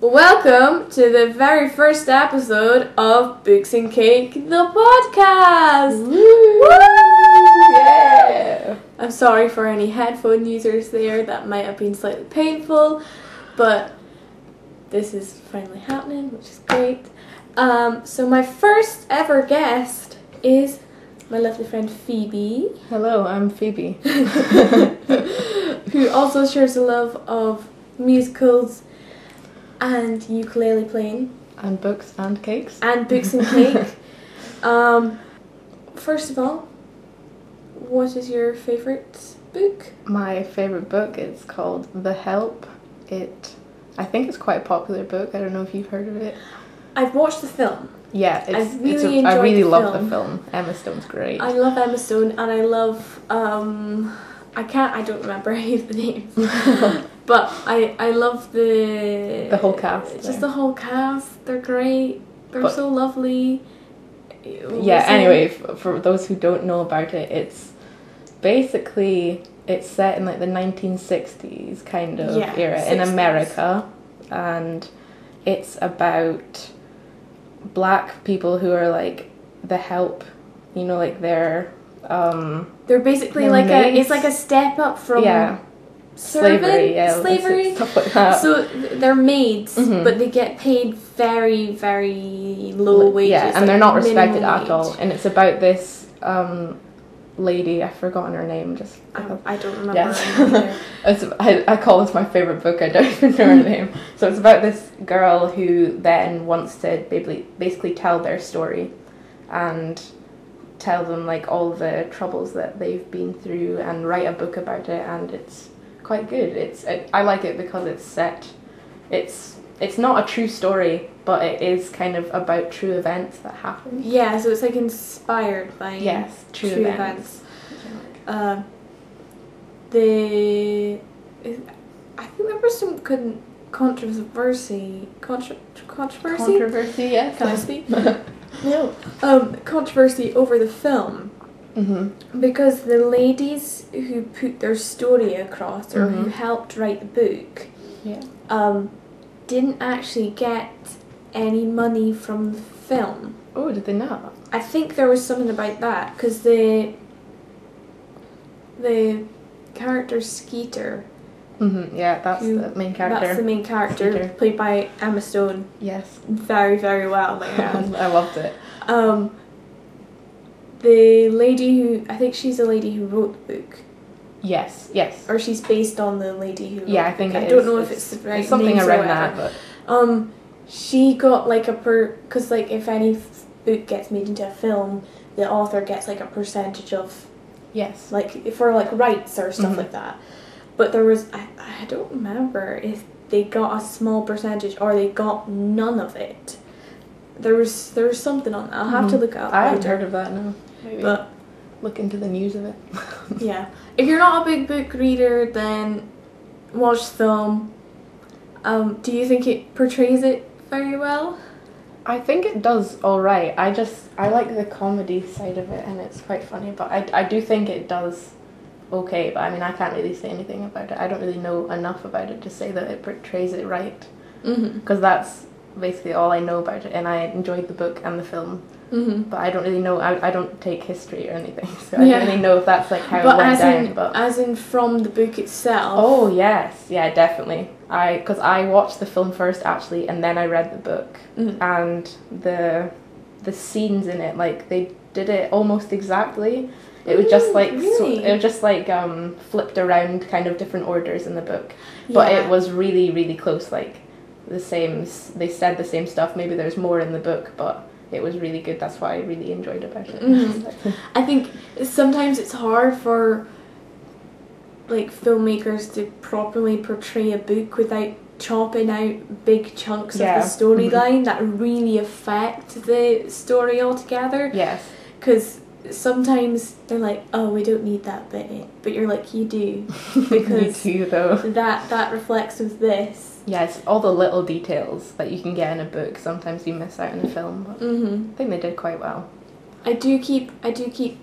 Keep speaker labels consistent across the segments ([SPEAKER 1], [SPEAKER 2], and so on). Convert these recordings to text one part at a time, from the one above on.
[SPEAKER 1] Welcome to the very first episode of Books and Cake, the podcast. Woo!
[SPEAKER 2] Yeah.
[SPEAKER 1] I'm sorry for any headphone users there, that might have been slightly painful, but this is finally happening, which is great. Um, so, my first ever guest is my lovely friend Phoebe,
[SPEAKER 2] Hello, I'm Phoebe.
[SPEAKER 1] who also shares a love of musicals and ukulele playing
[SPEAKER 2] and books and cakes.
[SPEAKER 1] and books and cake. Um, first of all, what is your favourite book?
[SPEAKER 2] My favorite book is called The Help. It, I think it's quite a popular book. I don't know if you've heard of it.
[SPEAKER 1] I've watched the film.
[SPEAKER 2] Yeah,
[SPEAKER 1] I
[SPEAKER 2] it's. it's
[SPEAKER 1] really
[SPEAKER 2] a, I
[SPEAKER 1] enjoyed
[SPEAKER 2] really
[SPEAKER 1] the
[SPEAKER 2] love
[SPEAKER 1] film.
[SPEAKER 2] the film. Emma Stone's great.
[SPEAKER 1] I love Emma Stone and I love um I can't I don't remember any of the names. but I I love the
[SPEAKER 2] The whole cast,
[SPEAKER 1] Just
[SPEAKER 2] yeah.
[SPEAKER 1] the whole cast. They're great. They're
[SPEAKER 2] But-
[SPEAKER 1] so lovely. It
[SPEAKER 2] yeah.
[SPEAKER 1] was, um,
[SPEAKER 2] Anyway, f- for those who don't know about it, it's basically it's set in like the 1960s kind of
[SPEAKER 1] Yeah,
[SPEAKER 2] era in
[SPEAKER 1] 60s.
[SPEAKER 2] America, and it's about black people who are like the help, you know, like they're um
[SPEAKER 1] They're basically
[SPEAKER 2] they're
[SPEAKER 1] like a it's
[SPEAKER 2] maids.
[SPEAKER 1] like a step up from
[SPEAKER 2] yeah
[SPEAKER 1] servant,
[SPEAKER 2] slavery yeah Uh,
[SPEAKER 1] slavery.
[SPEAKER 2] stuff like that.
[SPEAKER 1] So th- they're maids,
[SPEAKER 2] Mhm.
[SPEAKER 1] but they get paid very, very low wages.
[SPEAKER 2] Yeah, and
[SPEAKER 1] like
[SPEAKER 2] they're not
[SPEAKER 1] minimum
[SPEAKER 2] respected at
[SPEAKER 1] wage.
[SPEAKER 2] all. And it's about this um, lady. I've forgotten her name. Just
[SPEAKER 1] I, I don't remember.
[SPEAKER 2] Yes.
[SPEAKER 1] either.
[SPEAKER 2] it's, I, I call this my favorite book. I don't even know her name. So it's about this girl who then wants to basically basically tell their story, and tell them like all the troubles that they've been through, and write a book about it. And it's quite good. It's it, I like it because it's set. It's it's not a true story, but it is kind of about true events that happened.
[SPEAKER 1] yeah, so it's like inspired by
[SPEAKER 2] Yes, true,
[SPEAKER 1] true
[SPEAKER 2] events.
[SPEAKER 1] events. Um, the I think there was some con- controversy. Contra- controversy.
[SPEAKER 2] Controversy, yes.
[SPEAKER 1] Can I speak?
[SPEAKER 2] no.
[SPEAKER 1] um, controversy over the film.
[SPEAKER 2] hmm
[SPEAKER 1] Because the ladies who put their story across or who
[SPEAKER 2] Mhm.
[SPEAKER 1] helped write the book
[SPEAKER 2] Yeah.
[SPEAKER 1] um, didn't actually get any money from the film.
[SPEAKER 2] Oh, did they not?
[SPEAKER 1] I think there was something about that because the the character Skeeter,
[SPEAKER 2] hmm Yeah, that's
[SPEAKER 1] Who-
[SPEAKER 2] the main character.
[SPEAKER 1] that's the main character
[SPEAKER 2] Skeeter.
[SPEAKER 1] played by Emma Stone,
[SPEAKER 2] Yes.
[SPEAKER 1] very very well. Like, um,
[SPEAKER 2] I loved it.
[SPEAKER 1] um, the lady who I think she's the lady who wrote the book.
[SPEAKER 2] Yes, yes.
[SPEAKER 1] or she's based on the lady who.
[SPEAKER 2] Yeah,
[SPEAKER 1] wrote
[SPEAKER 2] I think
[SPEAKER 1] the book.
[SPEAKER 2] it
[SPEAKER 1] I don't
[SPEAKER 2] is.
[SPEAKER 1] know if it's the right
[SPEAKER 2] it's something
[SPEAKER 1] names or
[SPEAKER 2] around
[SPEAKER 1] whatever.
[SPEAKER 2] that. But
[SPEAKER 1] Um, she got like a per because like if any f- book gets made into a film, the author gets like a percentage of
[SPEAKER 2] yes.
[SPEAKER 1] like for like rights or stuff
[SPEAKER 2] Mhm.
[SPEAKER 1] like that. But there was I, I don't remember if they got a small percentage or they got none of it. There was there was something on that. I'll have to
[SPEAKER 2] Mhm.
[SPEAKER 1] look it up
[SPEAKER 2] I haven't
[SPEAKER 1] later.
[SPEAKER 2] heard of that now. Maybe
[SPEAKER 1] But
[SPEAKER 2] look into the news of it.
[SPEAKER 1] Yeah. If you're not a big book reader, then watch the film. Um, do you think it portrays it very well?
[SPEAKER 2] I think it does all right. I just I like the comedy side of it, and it's quite funny. But I I do think it does okay. But I mean, I can't really say anything about it. I don't really know enough about it to say that it portrays it right.
[SPEAKER 1] Mm-hmm.
[SPEAKER 2] because that's basically all I know about it, and I enjoyed the book and the film,
[SPEAKER 1] Mm-hmm.
[SPEAKER 2] but I don't really know. I, I don't take history or anything, so I
[SPEAKER 1] Yeah.
[SPEAKER 2] don't really know if that's like how it
[SPEAKER 1] But
[SPEAKER 2] went
[SPEAKER 1] as
[SPEAKER 2] down.
[SPEAKER 1] in,
[SPEAKER 2] but
[SPEAKER 1] as in from the book itself.
[SPEAKER 2] oh yes, yeah, definitely. I because I watched the film first actually, and then I read the book,
[SPEAKER 1] Mm.
[SPEAKER 2] and the the scenes in it, like they did it almost exactly. It was just
[SPEAKER 1] Mm,
[SPEAKER 2] like so-
[SPEAKER 1] really?
[SPEAKER 2] it was just like um, flipped around, kind of different orders in the book but it was really really close like the same s- they said the same stuff maybe there's more in the book but it was really good that's what i really enjoyed about it
[SPEAKER 1] Mhm. I think sometimes it's hard for like filmmakers to properly portray a book without chopping out big chunks
[SPEAKER 2] Yeah.
[SPEAKER 1] of the storyline that really affect the story altogether.
[SPEAKER 2] yes
[SPEAKER 1] Because sometimes they're like, oh, we don't need that bit. But you're like, you do. Because-
[SPEAKER 2] you too though
[SPEAKER 1] That that reflects with this.
[SPEAKER 2] yes all the little details that you can get in a book sometimes you miss out in a film but
[SPEAKER 1] hmm
[SPEAKER 2] i think they did quite well
[SPEAKER 1] I do keep, I do keep,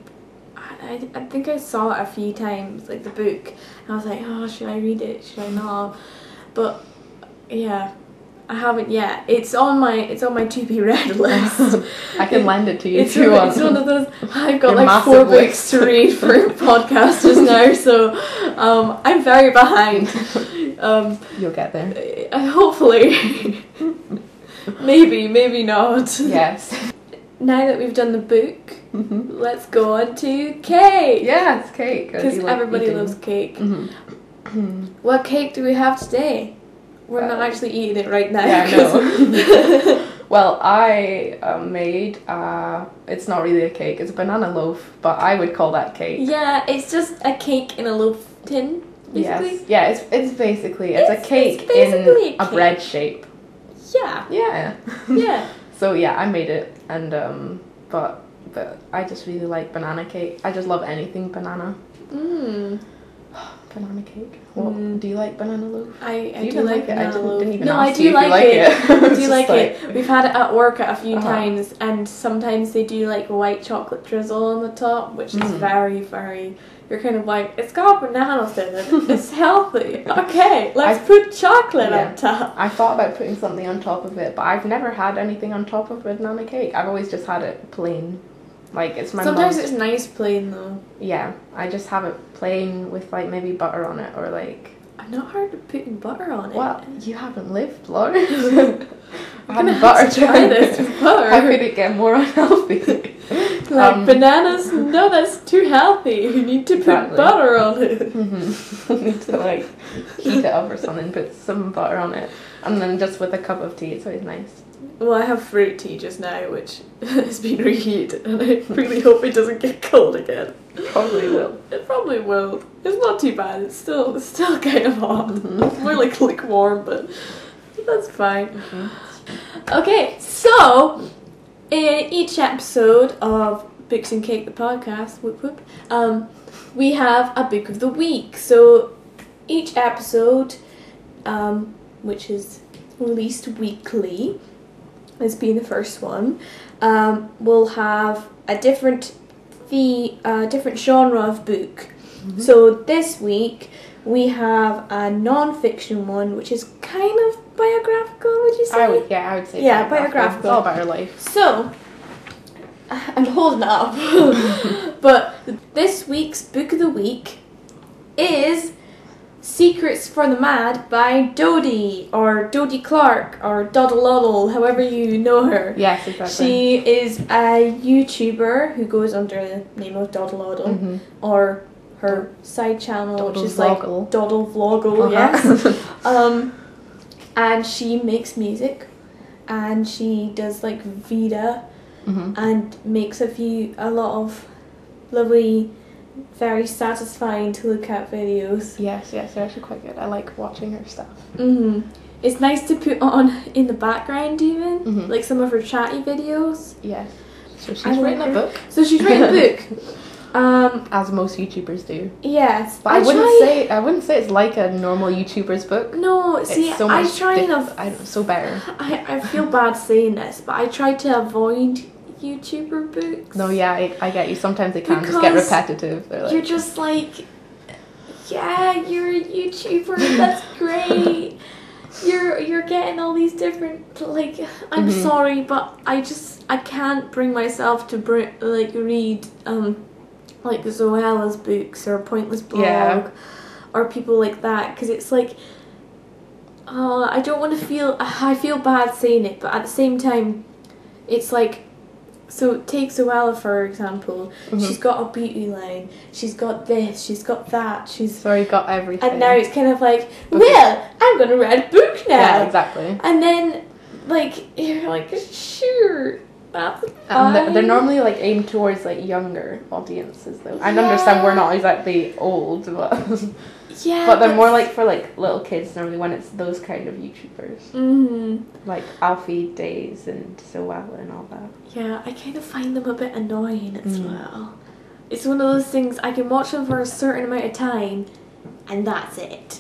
[SPEAKER 1] I, I I think I saw it a few times, like the book. And I was like, oh, should I read it? Should I not? But yeah, I haven't yet. It's on my it's on my to be read list.
[SPEAKER 2] I can lend it to you
[SPEAKER 1] It's,
[SPEAKER 2] too.
[SPEAKER 1] one- it's one of those. I've got
[SPEAKER 2] Your
[SPEAKER 1] like
[SPEAKER 2] massive
[SPEAKER 1] four books
[SPEAKER 2] list.
[SPEAKER 1] to read for podcasters now, so um, I'm very behind. Um,
[SPEAKER 2] You'll get there.
[SPEAKER 1] I- hopefully, maybe, maybe not.
[SPEAKER 2] Yes.
[SPEAKER 1] Now that we've done the book,
[SPEAKER 2] Mhm.
[SPEAKER 1] let's go on to cake.
[SPEAKER 2] yes, cake. I do
[SPEAKER 1] Because
[SPEAKER 2] like
[SPEAKER 1] everybody
[SPEAKER 2] eating.
[SPEAKER 1] loves cake.
[SPEAKER 2] Mhm.
[SPEAKER 1] What cake do we have today? We're not
[SPEAKER 2] Uh,
[SPEAKER 1] actually eating it right now.
[SPEAKER 2] yeah, I
[SPEAKER 1] 'cause-
[SPEAKER 2] well, I uh, made uh, it's not really a cake. It's a banana loaf, but I would call that cake.
[SPEAKER 1] yeah, it's just a cake in a loaf tin, basically.
[SPEAKER 2] Yes. Yeah, it's it's basically it's,
[SPEAKER 1] It's-
[SPEAKER 2] a
[SPEAKER 1] it's
[SPEAKER 2] cake
[SPEAKER 1] basically
[SPEAKER 2] in
[SPEAKER 1] a
[SPEAKER 2] a,
[SPEAKER 1] cake.
[SPEAKER 2] bread shape.
[SPEAKER 1] Yeah.
[SPEAKER 2] Yeah.
[SPEAKER 1] Yeah.
[SPEAKER 2] so yeah, I made it and um but but I just really like banana cake. I just love anything banana.
[SPEAKER 1] Mm.
[SPEAKER 2] Banana cake. What
[SPEAKER 1] Mm.
[SPEAKER 2] do you like banana loaf?
[SPEAKER 1] I, I
[SPEAKER 2] You
[SPEAKER 1] do
[SPEAKER 2] didn't
[SPEAKER 1] like
[SPEAKER 2] like it. I
[SPEAKER 1] banana
[SPEAKER 2] didn't-
[SPEAKER 1] loaf.
[SPEAKER 2] didn't even
[SPEAKER 1] no, I
[SPEAKER 2] ask
[SPEAKER 1] do
[SPEAKER 2] you if you
[SPEAKER 1] like,
[SPEAKER 2] like
[SPEAKER 1] it.
[SPEAKER 2] it.
[SPEAKER 1] I do
[SPEAKER 2] Just
[SPEAKER 1] like, it.
[SPEAKER 2] like-
[SPEAKER 1] We've had it at work a few
[SPEAKER 2] Uh-huh.
[SPEAKER 1] times, and sometimes they do like white chocolate drizzle on the top, which is
[SPEAKER 2] Mm.
[SPEAKER 1] very, very. You're kind of like, it's got bananas in it. It's healthy. Okay, let's put chocolate
[SPEAKER 2] Yeah.
[SPEAKER 1] on top.
[SPEAKER 2] I thought about putting something on top of it, but I've never had anything on top of banana cake. I've always just had it plain. Like it's my
[SPEAKER 1] Sometimes
[SPEAKER 2] mom's
[SPEAKER 1] it's nice plain though.
[SPEAKER 2] Yeah, I just have it plain with like maybe butter on it or like
[SPEAKER 1] I'm not hard at putting butter on it.
[SPEAKER 2] Well, you haven't lived, Laura. I had butter
[SPEAKER 1] to try this with butter.
[SPEAKER 2] How could it get more unhealthy?
[SPEAKER 1] Like
[SPEAKER 2] Um,
[SPEAKER 1] bananas? No, that's too healthy. You need to put
[SPEAKER 2] Exactly.
[SPEAKER 1] butter on it.
[SPEAKER 2] Mhm. Need to like heat it up or something, put some butter on it, and then just with a cup of tea, it's always nice.
[SPEAKER 1] Well, I have fruit tea just now, which has been reheated, and I really hope it doesn't get cold again.
[SPEAKER 2] Probably will.
[SPEAKER 1] It probably will. It's not too bad. It's still it's still kind of hot.
[SPEAKER 2] Mm-hmm.
[SPEAKER 1] More like lukewarm, but that's fine. Mm-hmm. Okay, so in each episode of Books and Cake, the podcast, whoop whoop, um, we have a book of the week. So each episode, um, which is released weekly, as being the first one, um, will have a different the uh, different genre of book.
[SPEAKER 2] Mm-hmm.
[SPEAKER 1] So this week we have a non-fiction one, which is kind of biographical. Would you say?
[SPEAKER 2] I would, yeah, I would say.
[SPEAKER 1] Yeah,
[SPEAKER 2] It's all about her life.
[SPEAKER 1] So, I'm holding up. but this week's book of the week is Secrets for the Mad by Dodie, or Dodie Clark, or Doddle however you know her.
[SPEAKER 2] Yes, exactly.
[SPEAKER 1] She is a YouTuber who goes under the name of Doddle
[SPEAKER 2] Mhm.
[SPEAKER 1] or her side channel, which is Oh, like Oh,
[SPEAKER 2] Doddlevloggle.
[SPEAKER 1] Doddle Vloggle,
[SPEAKER 2] Uh-huh.
[SPEAKER 1] yes. Um, and she makes music, and she does like Vida,
[SPEAKER 2] Mhm.
[SPEAKER 1] and makes a few a lot of lovely, very satisfying to look at videos.
[SPEAKER 2] Yes, yes, they're actually quite good. I like watching her stuff.
[SPEAKER 1] hmm
[SPEAKER 2] Mm-hmm.
[SPEAKER 1] It's nice to put on in the background, even
[SPEAKER 2] Mhm.
[SPEAKER 1] like some of her chatty videos.
[SPEAKER 2] Yes. So she's
[SPEAKER 1] like
[SPEAKER 2] written a
[SPEAKER 1] her.
[SPEAKER 2] book,
[SPEAKER 1] So she's written a book. Um,
[SPEAKER 2] as most YouTubers do.
[SPEAKER 1] yes,
[SPEAKER 2] But I, wouldn't
[SPEAKER 1] try-
[SPEAKER 2] say I wouldn't say it's like a normal YouTuber's book.
[SPEAKER 1] no. See,
[SPEAKER 2] it's so
[SPEAKER 1] I
[SPEAKER 2] much
[SPEAKER 1] try and
[SPEAKER 2] diff-
[SPEAKER 1] av-
[SPEAKER 2] I don't, so better.
[SPEAKER 1] I, I feel bad saying this, but I try to avoid YouTuber books.
[SPEAKER 2] No, yeah, I, I get you. Sometimes they can just get
[SPEAKER 1] Because
[SPEAKER 2] repetitive. They're
[SPEAKER 1] You're
[SPEAKER 2] like,
[SPEAKER 1] just like, yeah, you're a YouTuber. That's great. You're you're getting all these different like. I'm
[SPEAKER 2] Mhm.
[SPEAKER 1] sorry, but I just I can't bring myself to br- like read um like Zoella's books or Pointless Blog
[SPEAKER 2] Yeah.
[SPEAKER 1] or people like that because it's like. Oh, I don't want to feel. I feel bad saying it, but at the same time, it's like. So take Zoella for example.
[SPEAKER 2] Mhm.
[SPEAKER 1] She's got a beauty line. She's got this. She's got that. She's
[SPEAKER 2] sorry, got everything.
[SPEAKER 1] and now it's kind of like,
[SPEAKER 2] But-
[SPEAKER 1] well, I'm gonna write a book now.
[SPEAKER 2] yeah, exactly.
[SPEAKER 1] And then, like you're like, sure, that's
[SPEAKER 2] And Um, they're, they're
[SPEAKER 1] fine.
[SPEAKER 2] normally like aimed towards like younger audiences though. I understand we're not exactly old, but
[SPEAKER 1] Yeah,
[SPEAKER 2] but they're more like for like little kids normally when it's those kind of YouTubers
[SPEAKER 1] hmm
[SPEAKER 2] like Alfie Days and Zoella and all that.
[SPEAKER 1] Yeah, I kind of find them a bit annoying as
[SPEAKER 2] Mm.
[SPEAKER 1] well. It's one of those things I can watch them for a certain amount of time, and that's it.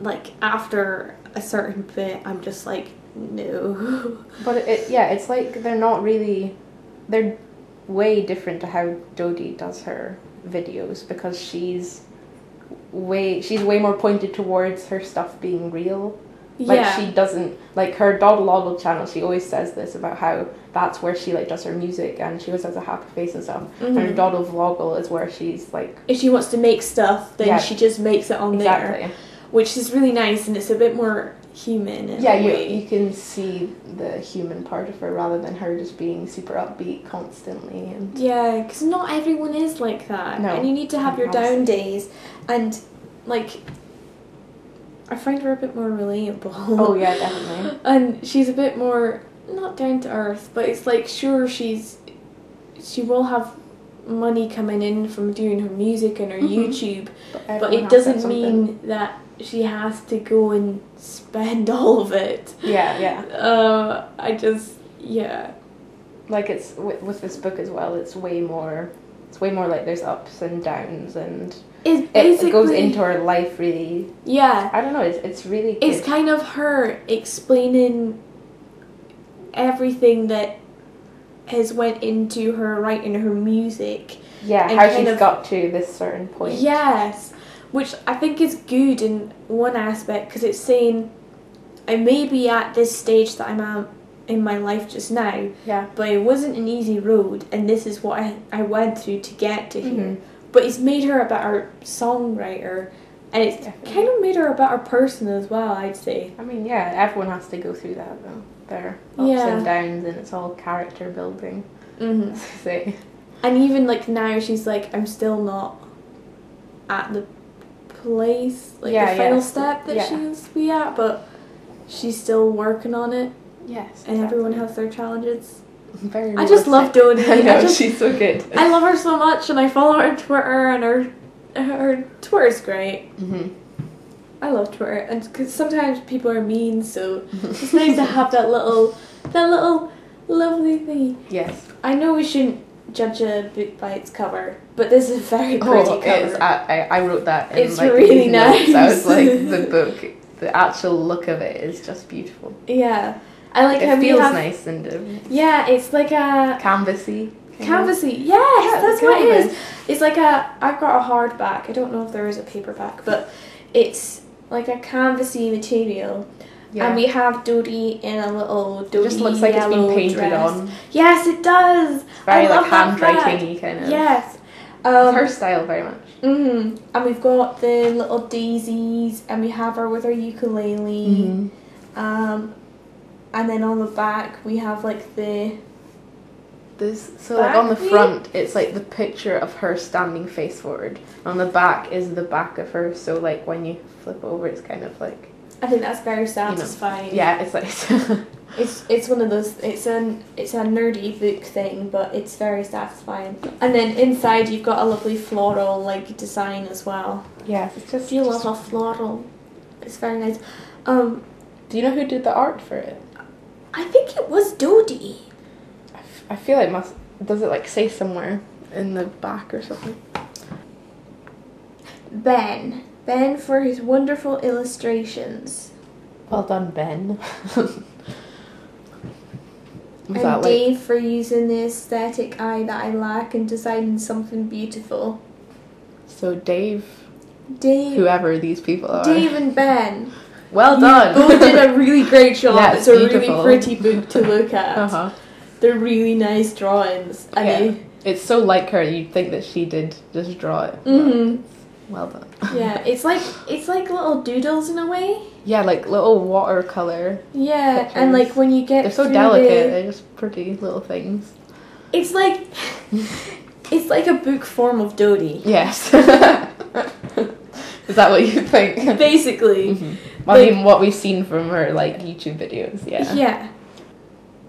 [SPEAKER 1] Like after a certain bit, I'm just like, no.
[SPEAKER 2] But it, it yeah, it's like they're not really they're way different to how Dodie does her videos because she's way she's way more pointed towards her stuff being real Like
[SPEAKER 1] yeah.
[SPEAKER 2] she doesn't like her Doddle Doddle channel. She always says this about how that's where she like does her music and she always has a happy face and stuff. And her
[SPEAKER 1] Mhm.
[SPEAKER 2] Doddle Vloggle is where she's like
[SPEAKER 1] if she wants to make stuff, then
[SPEAKER 2] Yeah.
[SPEAKER 1] she just makes it on there,
[SPEAKER 2] exactly.
[SPEAKER 1] which is really nice and it's a bit more human. In
[SPEAKER 2] Yeah,
[SPEAKER 1] a
[SPEAKER 2] you
[SPEAKER 1] way.
[SPEAKER 2] you can see the human part of her rather than her just being super upbeat constantly and
[SPEAKER 1] Yeah, because not everyone is like that,
[SPEAKER 2] No.
[SPEAKER 1] and you need to have your down days, and like, I find her a bit more relatable.
[SPEAKER 2] oh yeah definitely
[SPEAKER 1] and she's a bit more not down to earth, but it's like sure she's she will have money coming in from doing her music and her
[SPEAKER 2] Mhm.
[SPEAKER 1] YouTube, but
[SPEAKER 2] everyone
[SPEAKER 1] it
[SPEAKER 2] has
[SPEAKER 1] doesn't
[SPEAKER 2] something.
[SPEAKER 1] mean that she has to go and spend all of it.
[SPEAKER 2] yeah yeah
[SPEAKER 1] Uh, I just yeah.
[SPEAKER 2] like it's with, with this book as well it's way more it's way more like there's ups and downs and
[SPEAKER 1] It's
[SPEAKER 2] it, it goes
[SPEAKER 1] basically-
[SPEAKER 2] into her life really
[SPEAKER 1] yeah.
[SPEAKER 2] I don't know it's it's really
[SPEAKER 1] it's
[SPEAKER 2] good.
[SPEAKER 1] kind of her explaining everything that has went into her writing her music
[SPEAKER 2] yeah
[SPEAKER 1] and
[SPEAKER 2] how
[SPEAKER 1] kind
[SPEAKER 2] she's
[SPEAKER 1] of-
[SPEAKER 2] got to this certain point
[SPEAKER 1] yes which i think is good in one aspect because it's saying i may be at this stage that i'm at in my life just now
[SPEAKER 2] yeah
[SPEAKER 1] but it wasn't an easy road and this is what i, I went through to get to here
[SPEAKER 2] hmm
[SPEAKER 1] but it's made her a better songwriter and it's
[SPEAKER 2] Definitely.
[SPEAKER 1] kind of made her a better person as well i'd say
[SPEAKER 2] I mean yeah everyone has to go through that though their ups
[SPEAKER 1] Yeah.
[SPEAKER 2] and downs and it's all character building
[SPEAKER 1] hmm
[SPEAKER 2] so
[SPEAKER 1] And even like now, she's like, I'm still not at the place, like
[SPEAKER 2] Yeah,
[SPEAKER 1] the final
[SPEAKER 2] yeah.
[SPEAKER 1] step that
[SPEAKER 2] Yeah.
[SPEAKER 1] she needs to be at, but she's still working on it,
[SPEAKER 2] yes
[SPEAKER 1] and everyone
[SPEAKER 2] exactly.
[SPEAKER 1] has their challenges.
[SPEAKER 2] Very
[SPEAKER 1] I just love
[SPEAKER 2] realistic.
[SPEAKER 1] Dodie.
[SPEAKER 2] I know
[SPEAKER 1] I just-
[SPEAKER 2] she's so good.
[SPEAKER 1] I love her so much, and I follow her on Twitter, and her her Twitter's great.
[SPEAKER 2] Mm-hmm.
[SPEAKER 1] I love Twitter, and because sometimes people are mean, so it's nice to have that little that little lovely thingy.
[SPEAKER 2] Yes.
[SPEAKER 1] I know we shouldn't judge a book by its cover, but this is a very pretty
[SPEAKER 2] oh,
[SPEAKER 1] cover.
[SPEAKER 2] it's. I, I I wrote that. In,
[SPEAKER 1] It's
[SPEAKER 2] like,
[SPEAKER 1] really
[SPEAKER 2] these notes. I
[SPEAKER 1] nice.
[SPEAKER 2] was like the book. The actual look of it is just beautiful.
[SPEAKER 1] Yeah, I like how
[SPEAKER 2] it
[SPEAKER 1] we
[SPEAKER 2] feels
[SPEAKER 1] have.
[SPEAKER 2] nice and um,
[SPEAKER 1] Yeah, it's like a
[SPEAKER 2] canvassy. kind of.
[SPEAKER 1] canvassy. Yes,
[SPEAKER 2] Yeah,
[SPEAKER 1] that's
[SPEAKER 2] the
[SPEAKER 1] what it is.
[SPEAKER 2] canvas.
[SPEAKER 1] It's like a. I've got a hardback. I don't know if there is a paperback, but it's like a canvassy material,
[SPEAKER 2] Yeah.
[SPEAKER 1] and we have Dodie in a little Dodie
[SPEAKER 2] it just looks like it's been
[SPEAKER 1] yellow
[SPEAKER 2] painted
[SPEAKER 1] dress.
[SPEAKER 2] on.
[SPEAKER 1] Yes, it does.
[SPEAKER 2] It's very
[SPEAKER 1] I love
[SPEAKER 2] like
[SPEAKER 1] that fact.
[SPEAKER 2] handwriting-y kind of.
[SPEAKER 1] Yes.
[SPEAKER 2] It's
[SPEAKER 1] Um,
[SPEAKER 2] her style very much.
[SPEAKER 1] hmm And we've got the little daisies, and we have her with her ukulele.
[SPEAKER 2] Mm-hmm.
[SPEAKER 1] Um, and then on the back we have like the
[SPEAKER 2] This so like on the
[SPEAKER 1] Back, we-
[SPEAKER 2] front, it's like the picture of her standing face forward. On the back is the back of her. So like when you flip over, it's kind of like
[SPEAKER 1] I think that's very satisfying.
[SPEAKER 2] yeah, it's like
[SPEAKER 1] It's it's one of those it's an it's a nerdy book thing, but it's very satisfying. And then inside you've got a lovely floral like design as well.
[SPEAKER 2] yeah. It's just
[SPEAKER 1] Do you love a floral? It's very nice. Um
[SPEAKER 2] Do you know who did the art for it?
[SPEAKER 1] I think it was Dodie.
[SPEAKER 2] I, f- I feel it must. Does it like say somewhere in the back or something?
[SPEAKER 1] Ben. Ben for his wonderful illustrations.
[SPEAKER 2] Well done, Ben. Was
[SPEAKER 1] and Dave for using the aesthetic eye that I lack and designing something beautiful.
[SPEAKER 2] so? Dave,
[SPEAKER 1] Dave
[SPEAKER 2] whoever these people are.
[SPEAKER 1] Dave and Ben.
[SPEAKER 2] well
[SPEAKER 1] you
[SPEAKER 2] done.
[SPEAKER 1] both did a really great job.
[SPEAKER 2] Yeah,
[SPEAKER 1] it's
[SPEAKER 2] it's
[SPEAKER 1] a really
[SPEAKER 2] beautiful.
[SPEAKER 1] pretty book to look at.
[SPEAKER 2] uh-huh.
[SPEAKER 1] They're really nice drawings. And
[SPEAKER 2] Yeah.
[SPEAKER 1] they-
[SPEAKER 2] It's so like her. You'd think that she did just draw it.
[SPEAKER 1] Mhm.
[SPEAKER 2] Well done.
[SPEAKER 1] yeah, it's like it's like little doodles in a way.
[SPEAKER 2] Yeah, like little watercolor.
[SPEAKER 1] Yeah, and like
[SPEAKER 2] Pictures.
[SPEAKER 1] when you get
[SPEAKER 2] They're so
[SPEAKER 1] through
[SPEAKER 2] delicate.
[SPEAKER 1] the-
[SPEAKER 2] They're just pretty little things.
[SPEAKER 1] it's like it's like a book form of Dodie,
[SPEAKER 2] Yes. Is that what you think?
[SPEAKER 1] basically.
[SPEAKER 2] Mhm.
[SPEAKER 1] Like-
[SPEAKER 2] I mean, what we've seen from her like YouTube videos, yeah.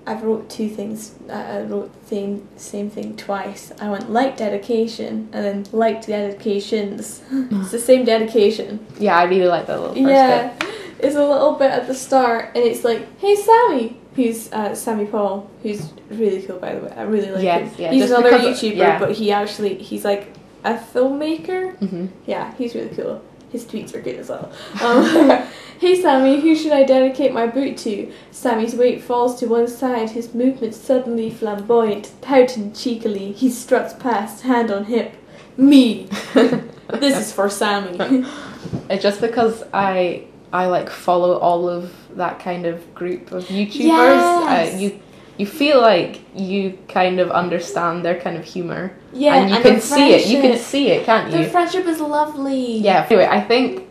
[SPEAKER 1] I wrote two things. uh, I I wrote the same, same thing twice. I went like dedication and then liked dedications. it's the same dedication.
[SPEAKER 2] Yeah, I really like that little first
[SPEAKER 1] yeah, it's a little bit at the start, and it's like, "Hey, Sammy," who's uh, Sammy Paul, who's really cool by the way. I really like him.
[SPEAKER 2] Yes, yeah,
[SPEAKER 1] he's
[SPEAKER 2] just
[SPEAKER 1] another
[SPEAKER 2] because-
[SPEAKER 1] YouTuber,
[SPEAKER 2] yeah.
[SPEAKER 1] but he actually he's like a filmmaker.
[SPEAKER 2] bit. hmm
[SPEAKER 1] Yeah, he's really cool. His tweets are good as well. Um, hey Sammy, who should I dedicate my boot to? Sammy's weight falls to one side, his movements suddenly flamboyant, pouting cheekily, he struts past, hand on hip. Me! This is for Sammy.
[SPEAKER 2] It's just because I I like follow all of that kind of group of YouTubers.
[SPEAKER 1] Yes.
[SPEAKER 2] Uh, you you feel like you kind of understand their kind of humor,
[SPEAKER 1] Yeah,
[SPEAKER 2] and you
[SPEAKER 1] their
[SPEAKER 2] can see it. You can
[SPEAKER 1] friendship-
[SPEAKER 2] see it, can't
[SPEAKER 1] Their
[SPEAKER 2] you?
[SPEAKER 1] friendship is lovely.
[SPEAKER 2] Yeah. Anyway, I think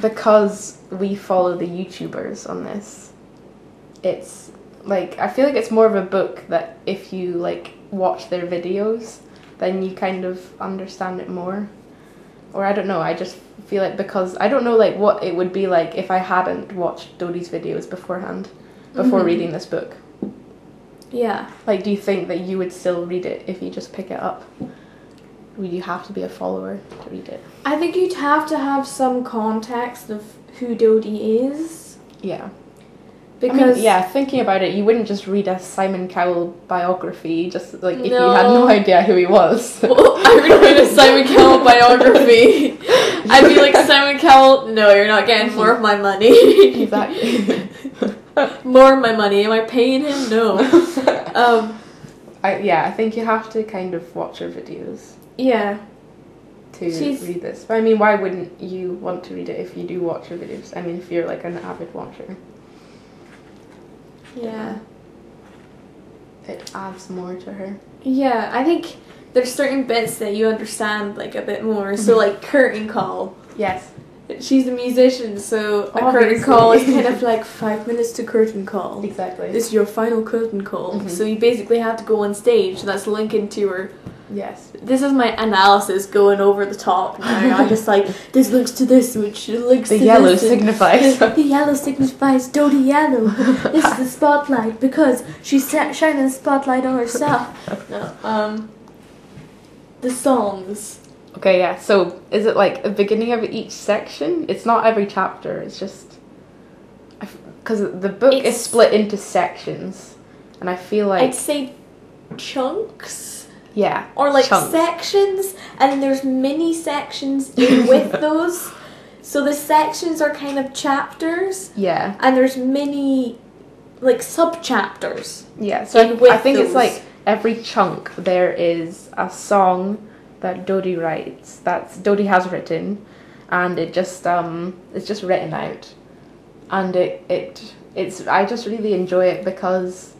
[SPEAKER 2] because we follow the YouTubers on this, it's like I feel like it's more of a book that if you like watch their videos, then you kind of understand it more. Or I don't know. I just feel like because I don't know like what it would be like if I hadn't watched Dodie's videos beforehand, before
[SPEAKER 1] Mhm.
[SPEAKER 2] reading this book.
[SPEAKER 1] Yeah.
[SPEAKER 2] Like, do you think that you would still read it if you just pick it up? Would you have to be a follower to read it?
[SPEAKER 1] I think you'd have to have some context of who Dodie is.
[SPEAKER 2] Yeah. I
[SPEAKER 1] Because
[SPEAKER 2] mean, yeah, thinking about it, you wouldn't just read a Simon Cowell biography just like if you had
[SPEAKER 1] No.
[SPEAKER 2] no idea who he was.
[SPEAKER 1] Well, I would read a Simon Cowell biography. I'd be like, Simon Cowell, no, you're not getting more of my money.
[SPEAKER 2] exactly.
[SPEAKER 1] more of my money. Am I paying him? No. Um,
[SPEAKER 2] I, yeah, I think you have to kind of watch her videos
[SPEAKER 1] yeah.
[SPEAKER 2] to
[SPEAKER 1] She's-
[SPEAKER 2] read this. But I mean, why wouldn't you want to read it if you do watch her videos? I mean, if you're like an avid watcher,
[SPEAKER 1] Yeah.
[SPEAKER 2] it adds more to her.
[SPEAKER 1] Yeah, I think there's certain bits that you understand like a bit more. So
[SPEAKER 2] Mhm.
[SPEAKER 1] like curtain call.
[SPEAKER 2] Yes.
[SPEAKER 1] She's a musician, so a curtain
[SPEAKER 2] Obviously.
[SPEAKER 1] call is kind of like five minutes to curtain call.
[SPEAKER 2] Exactly.
[SPEAKER 1] This is your final curtain call.
[SPEAKER 2] Mhm.
[SPEAKER 1] So you basically have to go on stage, and that's linking to her
[SPEAKER 2] yes.
[SPEAKER 1] This is my analysis going over the top now. I'm just like, this links to this, which links
[SPEAKER 2] The
[SPEAKER 1] to
[SPEAKER 2] yellow
[SPEAKER 1] this. and
[SPEAKER 2] signifies.
[SPEAKER 1] the yellow signifies Dodie Yellow. This is the spotlight because she's sa- shining the spotlight on herself. No, um, the songs.
[SPEAKER 2] Okay, yeah. So is it like the beginning of each section? It's not every chapter. It's just because the book
[SPEAKER 1] It's-
[SPEAKER 2] is split into sections, and I feel like
[SPEAKER 1] I'd say chunks
[SPEAKER 2] yeah,
[SPEAKER 1] or like
[SPEAKER 2] chunks.
[SPEAKER 1] sections, and then there's mini sections in with those. So the sections are kind of chapters.
[SPEAKER 2] yeah,
[SPEAKER 1] and there's many like sub chapters.
[SPEAKER 2] yeah. So
[SPEAKER 1] And
[SPEAKER 2] I,
[SPEAKER 1] with
[SPEAKER 2] I think
[SPEAKER 1] those-
[SPEAKER 2] it's like every chunk there is a song that Dodie writes. That's Dodie has written, and it just um it's just written out, and it it it's I just really enjoy it because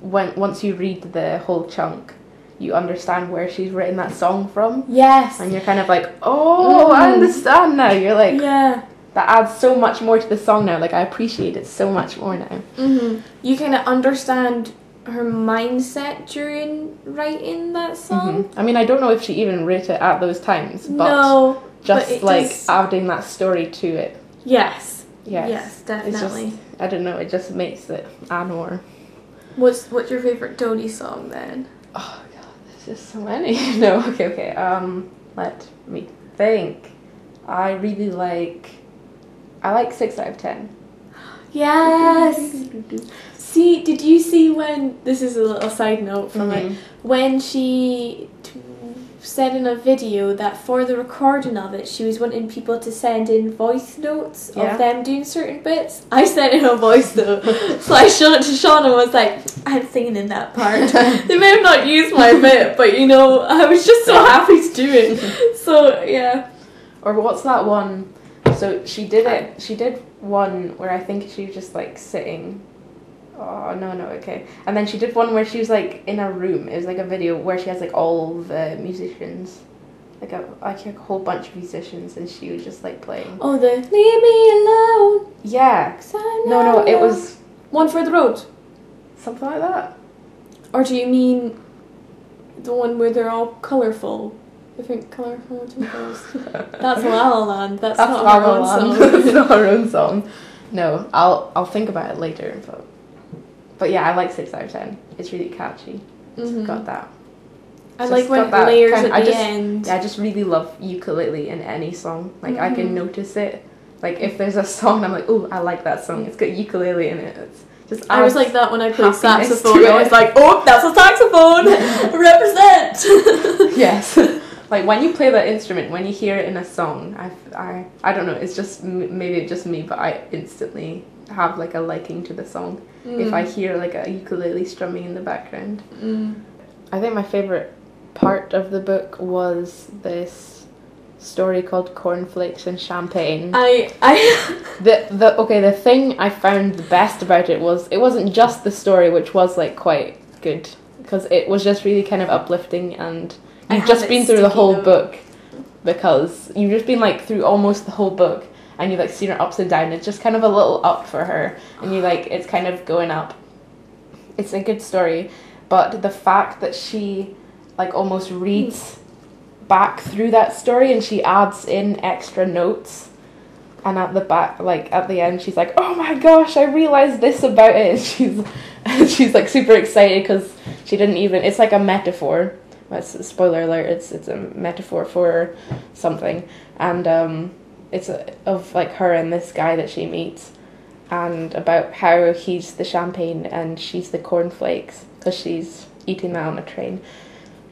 [SPEAKER 2] when once you read the whole chunk, you understand where she's written that song from,
[SPEAKER 1] Yes.
[SPEAKER 2] and you're kind of like, oh,
[SPEAKER 1] Mhm.
[SPEAKER 2] I understand now. You're like
[SPEAKER 1] yeah.
[SPEAKER 2] that adds so much more to the song now. Like I appreciate it so much more now. mm-hmm.
[SPEAKER 1] hmm You kind of understand her mindset during writing that song.
[SPEAKER 2] Mhm. I mean, I don't know if she even wrote it at those times, but
[SPEAKER 1] no.
[SPEAKER 2] just
[SPEAKER 1] but it
[SPEAKER 2] like
[SPEAKER 1] does-
[SPEAKER 2] adding that story to it.
[SPEAKER 1] Yes.
[SPEAKER 2] Yes. It's just-
[SPEAKER 1] definitely.
[SPEAKER 2] I don't know. It just makes it add more.
[SPEAKER 1] What's what's your favorite Dodie song then?
[SPEAKER 2] Oh god, there's just so many. no, okay, okay. Um, let me think. I really like. I like six out of ten. Mm-hmm.
[SPEAKER 1] Yes. see, did you see when this is a little side note from it?
[SPEAKER 2] Mhm.
[SPEAKER 1] when she t- said in a video that for the recording of it, she was wanting people to send in voice notes
[SPEAKER 2] Yeah.
[SPEAKER 1] of them doing certain bits. I sent in a voice note, so I showed it to Sean and was like, "I'm singing in that part." they may have not used my bit, but you know, I was just so happy to do it. So yeah,
[SPEAKER 2] Or what's that one? So she did it. She did one where I think she was just like sitting. Oh no no okay. And then she did one where she was like in a room. It was like a video where she has like all the musicians, like a like a whole bunch of musicians, and she was just like playing.
[SPEAKER 1] oh the leave me alone.
[SPEAKER 2] Yeah.
[SPEAKER 1] 'cause I'm
[SPEAKER 2] No no
[SPEAKER 1] not
[SPEAKER 2] it
[SPEAKER 1] alone."
[SPEAKER 2] was
[SPEAKER 1] one for the road,
[SPEAKER 2] something like that.
[SPEAKER 1] or do you mean the one where they're all colorful? Different colorful jingles. That's La La Land. That's,
[SPEAKER 2] That's
[SPEAKER 1] not
[SPEAKER 2] not
[SPEAKER 1] our
[SPEAKER 2] our
[SPEAKER 1] own
[SPEAKER 2] song.
[SPEAKER 1] song.
[SPEAKER 2] That's not our own song. No, I'll I'll think about it later. But but yeah, I like six out of ten. It's really catchy.
[SPEAKER 1] Mhm.
[SPEAKER 2] Got that.
[SPEAKER 1] I
[SPEAKER 2] Just
[SPEAKER 1] like when it
[SPEAKER 2] got that
[SPEAKER 1] layers
[SPEAKER 2] kind-
[SPEAKER 1] at
[SPEAKER 2] I
[SPEAKER 1] the
[SPEAKER 2] just-
[SPEAKER 1] end.
[SPEAKER 2] Yeah, I just really love ukulele in any song. Like I
[SPEAKER 1] Mhm.
[SPEAKER 2] can notice it. Like if there's a song, I'm like, oh, I like that song. It's got ukulele in it. It's just
[SPEAKER 1] I was
[SPEAKER 2] adds-
[SPEAKER 1] like that when I played
[SPEAKER 2] happiness
[SPEAKER 1] saxophone.
[SPEAKER 2] to
[SPEAKER 1] I
[SPEAKER 2] it.
[SPEAKER 1] was like, oh, that's a saxophone. Represent. Mm.
[SPEAKER 2] yes. like when you play that instrument, when you hear it in a song, I, I, I don't know. It's just m- maybe it's just me, but I instantly have like a liking to the song if I hear like a ukulele strumming in the background.
[SPEAKER 1] Mm.
[SPEAKER 2] I think my favorite part of the book was this story called Cornflakes and Champagne.
[SPEAKER 1] I I
[SPEAKER 2] the the okay, the thing I found the best about it was it wasn't just the story, which was like quite good because it was just really kind of uplifting and
[SPEAKER 1] I
[SPEAKER 2] you've
[SPEAKER 1] have
[SPEAKER 2] just
[SPEAKER 1] it
[SPEAKER 2] been through the
[SPEAKER 1] sticky
[SPEAKER 2] whole
[SPEAKER 1] note.
[SPEAKER 2] book because you've just been like through almost the whole book and you've like seen her ups and downs. It's just kind of a little up for her and you like it's kind of going up. It's a good story, but the fact that she like almost reads back through that story and she adds in extra notes and at the back like at the end she's like oh my gosh i realized this about it and she's and she's like super excited because she didn't even it's like a metaphor that's spoiler alert it's it's a metaphor for something and um it's uh, of like her and this guy that she meets and about how he's the champagne and she's the cornflakes because she's eating that on a train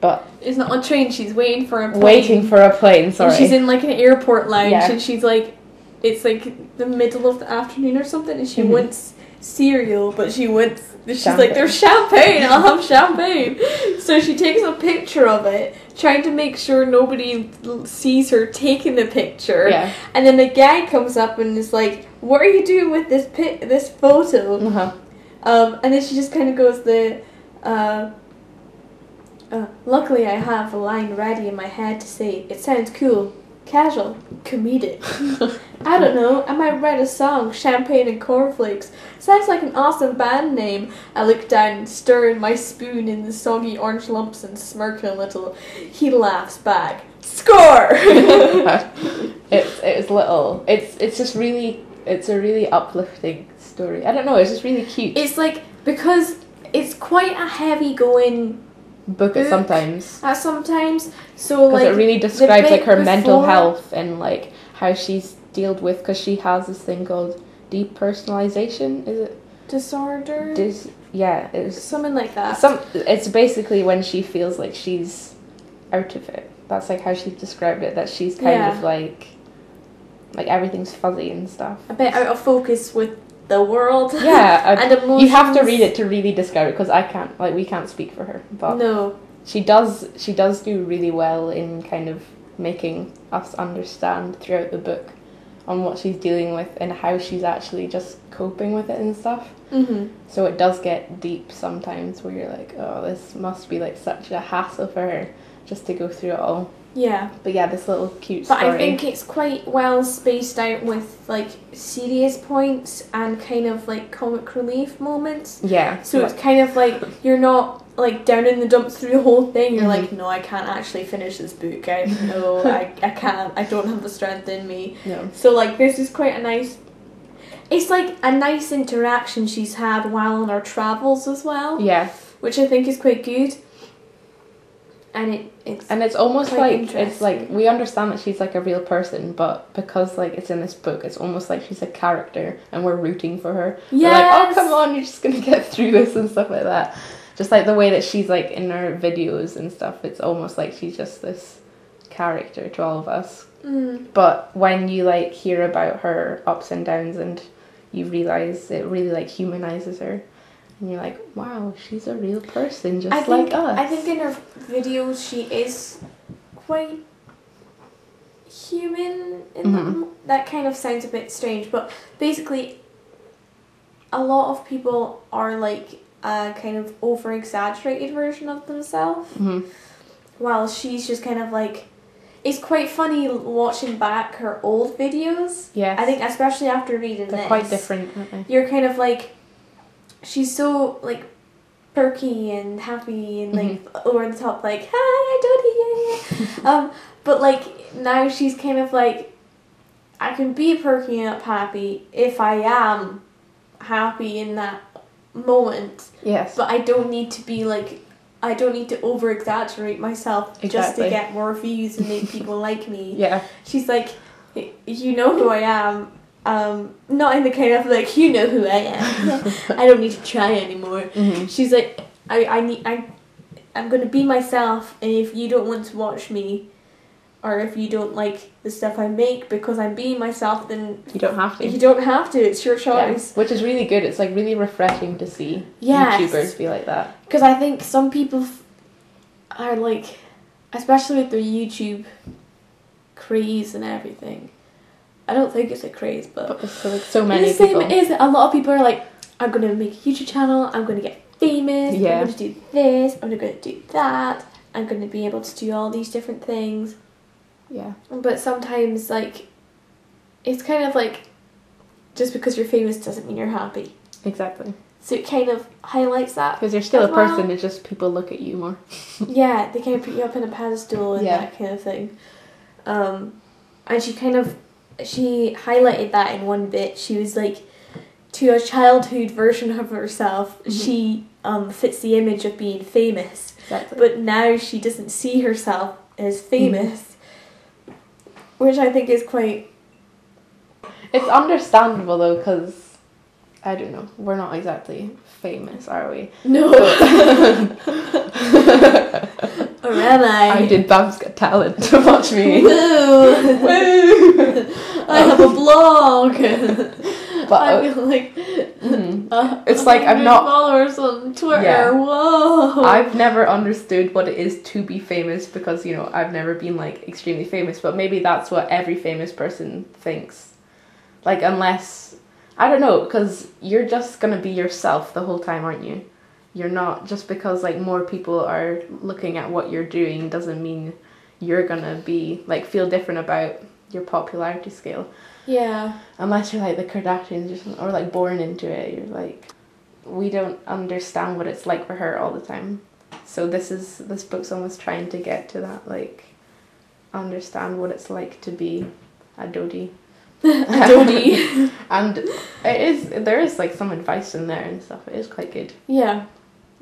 [SPEAKER 2] but
[SPEAKER 1] is not on train. She's waiting for a plane.
[SPEAKER 2] waiting for a plane sorry
[SPEAKER 1] And she's in like an airport lounge,
[SPEAKER 2] Yeah.
[SPEAKER 1] and she's like, it's like the middle of the afternoon or something, and she
[SPEAKER 2] Mhm.
[SPEAKER 1] wants cereal, but she wants. She's
[SPEAKER 2] Champagne.
[SPEAKER 1] like, there's champagne. I'll have champagne. So she takes a picture of it, trying to make sure nobody l- sees her taking the picture.
[SPEAKER 2] yeah
[SPEAKER 1] And then the guy comes up and is like, "What are you doing with this pi- this photo?"
[SPEAKER 2] uh-huh.
[SPEAKER 1] Um, and then she just kind of goes the, uh, uh, luckily I have a line ready in my head to say, it sounds cool, casual, comedic. I don't know, I might write a song, Champagne and Cornflakes. Sounds like an awesome band name. I look down, stirring my spoon in the soggy orange lumps and smirking a little. He laughs back. Score!
[SPEAKER 2] it's it's little. It's it's just really it's a really uplifting story. I don't know. It's just really cute
[SPEAKER 1] it's like, because it's quite a heavy going
[SPEAKER 2] book it
[SPEAKER 1] book,
[SPEAKER 2] sometimes
[SPEAKER 1] uh, sometimes, so
[SPEAKER 2] because
[SPEAKER 1] like.
[SPEAKER 2] it really describes like
[SPEAKER 1] bit
[SPEAKER 2] her mental
[SPEAKER 1] before-
[SPEAKER 2] health and like how she's dealt with because she has this thing called depersonalization. Is it?
[SPEAKER 1] disorder,
[SPEAKER 2] Dis- yeah, it's
[SPEAKER 1] something like that.
[SPEAKER 2] some. It's basically when she feels like she's out of it. That's like how she described it. That she's kind
[SPEAKER 1] Yeah.
[SPEAKER 2] of like like everything's fuzzy and stuff.
[SPEAKER 1] a bit uh, out of focus with the world.
[SPEAKER 2] Yeah, a
[SPEAKER 1] and emotions.
[SPEAKER 2] You have to read it to really describe it because I can't, like, we can't speak for her. But
[SPEAKER 1] No,
[SPEAKER 2] she does, she does do really well in kind of making us understand throughout the book on what she's dealing with and how she's actually just coping with it and stuff.
[SPEAKER 1] hmm
[SPEAKER 2] So it does get deep sometimes where you're like, oh, this must be like such a hassle for her just to go through it all.
[SPEAKER 1] yeah,
[SPEAKER 2] But yeah, this little cute
[SPEAKER 1] but
[SPEAKER 2] story.
[SPEAKER 1] I think it's quite well spaced out with like serious points and kind of like comic relief moments.
[SPEAKER 2] yeah.
[SPEAKER 1] So it's kind of like you're not like down in the dumps through the whole thing. You're
[SPEAKER 2] Mhm.
[SPEAKER 1] like, no, I can't actually finish this book. I no, I, I can't. I don't have the strength in me.
[SPEAKER 2] no.
[SPEAKER 1] So like this is quite a nice it's like a nice interaction she's had while on our travels as well,
[SPEAKER 2] Yeah.
[SPEAKER 1] which I think is quite good. And it it's
[SPEAKER 2] And it's almost
[SPEAKER 1] Quite
[SPEAKER 2] like it's like we understand that she's like a real person, but because like it's in this book, it's almost like she's a character and we're rooting for her. We're like, oh
[SPEAKER 1] Yes!
[SPEAKER 2] come on, you're just gonna get through this and stuff like that. Just like the way that she's like in her videos and stuff, it's almost like she's just this character to all of us.
[SPEAKER 1] Mm,
[SPEAKER 2] But when you like hear about her ups and downs and you realise it really like humanizes her and you're like, Wow, she's a real person just
[SPEAKER 1] I think
[SPEAKER 2] like us.
[SPEAKER 1] I think in her videos she is quite human in that
[SPEAKER 2] Mhm.
[SPEAKER 1] mo- that kind of sounds a bit strange, but basically a lot of people are like a kind of over exaggerated version of themselves.
[SPEAKER 2] Mhm.
[SPEAKER 1] while she's just kind of like it's quite funny watching back her old videos
[SPEAKER 2] Yes.
[SPEAKER 1] i think especially after reading
[SPEAKER 2] they're
[SPEAKER 1] this
[SPEAKER 2] quite different, aren't they?
[SPEAKER 1] you're kind of like she's so like perky and happy and like
[SPEAKER 2] Mm-hmm.
[SPEAKER 1] over the top like hi Dodie yeah, yeah." um but like now she's kind of like I can be perky and happy if I am happy in that moment
[SPEAKER 2] Yes.
[SPEAKER 1] but I don't need to be like I don't need to over exaggerate myself just
[SPEAKER 2] Exactly.
[SPEAKER 1] to get more views and make people like me.
[SPEAKER 2] yeah.
[SPEAKER 1] She's like, "Y- you know who I am. Um, not in the kind of like you know who I am. I don't need to try anymore.
[SPEAKER 2] Mm-hmm.
[SPEAKER 1] She's like, I I need I, I'm gonna be myself, and if you don't want to watch me. Or if you don't like the stuff I make because I'm being myself, then
[SPEAKER 2] You don't have to.
[SPEAKER 1] you don't have to. It's your
[SPEAKER 2] Yeah.
[SPEAKER 1] choice.
[SPEAKER 2] Which is really good. It's like really refreshing to see
[SPEAKER 1] Yes.
[SPEAKER 2] YouTubers be like that.
[SPEAKER 1] Because I think some people f- are like, especially with their YouTube craze and everything. I don't think it's a craze, but,
[SPEAKER 2] But there's so, like, so
[SPEAKER 1] but
[SPEAKER 2] many
[SPEAKER 1] the same
[SPEAKER 2] people.
[SPEAKER 1] is a lot of people are like, I'm gonna make a YouTube channel. I'm gonna get famous.
[SPEAKER 2] Yeah.
[SPEAKER 1] I'm gonna do this. I'm gonna do that. I'm gonna be able to do all these different things.
[SPEAKER 2] yeah.
[SPEAKER 1] But sometimes, like, it's kind of like just because you're famous doesn't mean you're happy.
[SPEAKER 2] Exactly.
[SPEAKER 1] So it kind of highlights that.
[SPEAKER 2] Because you're still
[SPEAKER 1] As
[SPEAKER 2] a person,
[SPEAKER 1] well.
[SPEAKER 2] it's just people look at you more.
[SPEAKER 1] yeah, they kind of put you up in a pedestal and
[SPEAKER 2] Yeah.
[SPEAKER 1] that kind of thing. Um, and she kind of she highlighted that in one bit. She was like, to a childhood version of herself,
[SPEAKER 2] Mhm.
[SPEAKER 1] she um, fits the image of being famous.
[SPEAKER 2] Exactly.
[SPEAKER 1] but now she doesn't see herself as
[SPEAKER 2] Mm-hmm.
[SPEAKER 1] famous, which I think is quite
[SPEAKER 2] It's understandable though, because I don't know, we're not exactly famous, are we?
[SPEAKER 1] no. or am I?
[SPEAKER 2] I did Bam's Got Talent. Watch me.
[SPEAKER 1] Woo!
[SPEAKER 2] Woo!
[SPEAKER 1] I have a blog.
[SPEAKER 2] But
[SPEAKER 1] I'm like,
[SPEAKER 2] mhm.
[SPEAKER 1] uh,
[SPEAKER 2] It's like
[SPEAKER 1] 100
[SPEAKER 2] I'm not-
[SPEAKER 1] followers on Twitter.
[SPEAKER 2] Yeah.
[SPEAKER 1] Whoa!
[SPEAKER 2] I've never understood what it is to be famous because you know I've never been like extremely famous, but maybe that's what every famous person thinks. Like unless I don't know, because you're just gonna be yourself the whole time, aren't you? You're not just because like more people are looking at what you're doing doesn't mean you're gonna be like feel different about your popularity scale.
[SPEAKER 1] yeah,
[SPEAKER 2] Unless you're like the Kardashians or something, or like born into it, you're like, we don't understand what it's like for her all the time. So this is this book's almost trying to get to that like, understand what it's like to be a dodie,
[SPEAKER 1] Dodie.
[SPEAKER 2] and it is there is like some advice in there and stuff. It is quite good.
[SPEAKER 1] yeah.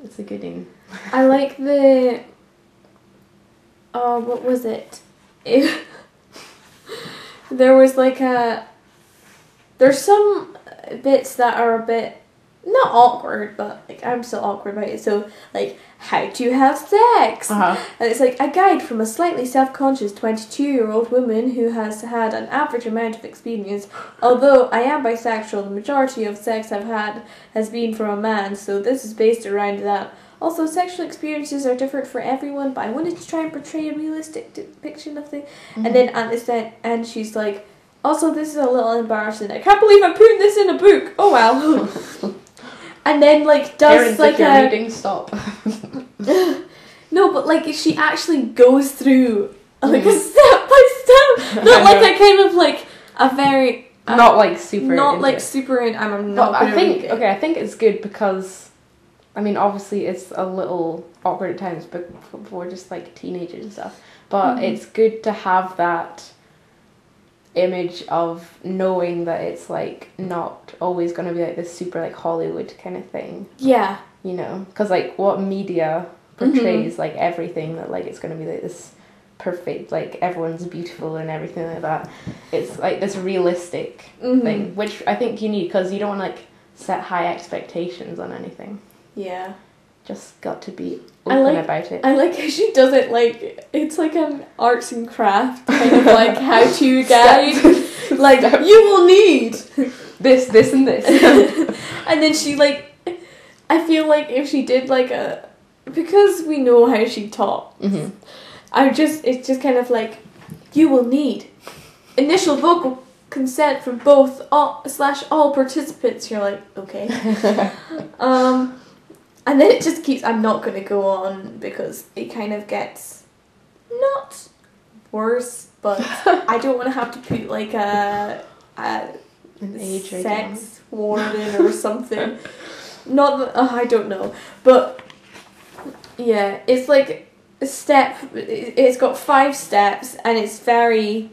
[SPEAKER 2] It's a good in.
[SPEAKER 1] I like the. Oh, what was it? It- there was like a. There's some bits that are a bit not awkward, but like I'm still awkward about it. So like, how to have sex?
[SPEAKER 2] Uh-huh.
[SPEAKER 1] And it's like a guide from a slightly self conscious 22 year old woman who has had an average amount of experience. Although I am bisexual, the majority of sex I've had has been from a man, so this is based around that. Also, sexual experiences are different for everyone, but I wanted to try and portray a realistic depiction of things. And then at this end, and she's like, also, this is a little embarrassing. I can't believe I'm putting this in a book. Oh well. and then, like, does
[SPEAKER 2] Erin's
[SPEAKER 1] like um,
[SPEAKER 2] like,
[SPEAKER 1] a.
[SPEAKER 2] you're reading, stop.
[SPEAKER 1] No, but like she actually goes through like
[SPEAKER 2] Mm.
[SPEAKER 1] a step by step, not
[SPEAKER 2] I
[SPEAKER 1] like
[SPEAKER 2] know.
[SPEAKER 1] a kind of like a very uh,
[SPEAKER 2] not like super.
[SPEAKER 1] not
[SPEAKER 2] into
[SPEAKER 1] like
[SPEAKER 2] it.
[SPEAKER 1] super in. I'm, I'm
[SPEAKER 2] No,
[SPEAKER 1] not.
[SPEAKER 2] I
[SPEAKER 1] gonna
[SPEAKER 2] think
[SPEAKER 1] read it.
[SPEAKER 2] okay. I think it's good because, I mean, obviously it's a little awkward at times, but f- for just like teenagers and stuff. But
[SPEAKER 1] Mhm.
[SPEAKER 2] it's good to have that image of knowing that it's like not always going to be like this super like Hollywood kind of thing,
[SPEAKER 1] Yeah,
[SPEAKER 2] you know? Because like what media
[SPEAKER 1] Mm-hmm.
[SPEAKER 2] portrays like everything that like it's going to be like this perfect like everyone's beautiful and everything like that. It's like this realistic
[SPEAKER 1] Mhm.
[SPEAKER 2] thing, which I think you need because you don't want to like set high expectations on anything.
[SPEAKER 1] Yeah,
[SPEAKER 2] Just got to be
[SPEAKER 1] I
[SPEAKER 2] open
[SPEAKER 1] like-
[SPEAKER 2] about it.
[SPEAKER 1] I like how she does it like it's like an arts and craft kind of like how to guide.
[SPEAKER 2] Step-
[SPEAKER 1] Like
[SPEAKER 2] step.
[SPEAKER 1] you will need,
[SPEAKER 2] this, this, and this.
[SPEAKER 1] and then she like, I feel like if she did like a, because we know how she taught.
[SPEAKER 2] hmm
[SPEAKER 1] I just it's just kind of like you will need initial vocal consent from both all slash all participants. You're like okay, um, and then it just keeps. I'm not gonna go on because it kind of gets not worse, but I don't want to have to put like a a
[SPEAKER 2] An age rating.
[SPEAKER 1] sex warden or something. Not that oh, I don't know, but yeah, it's like a step. it- It's got five steps, and it's very.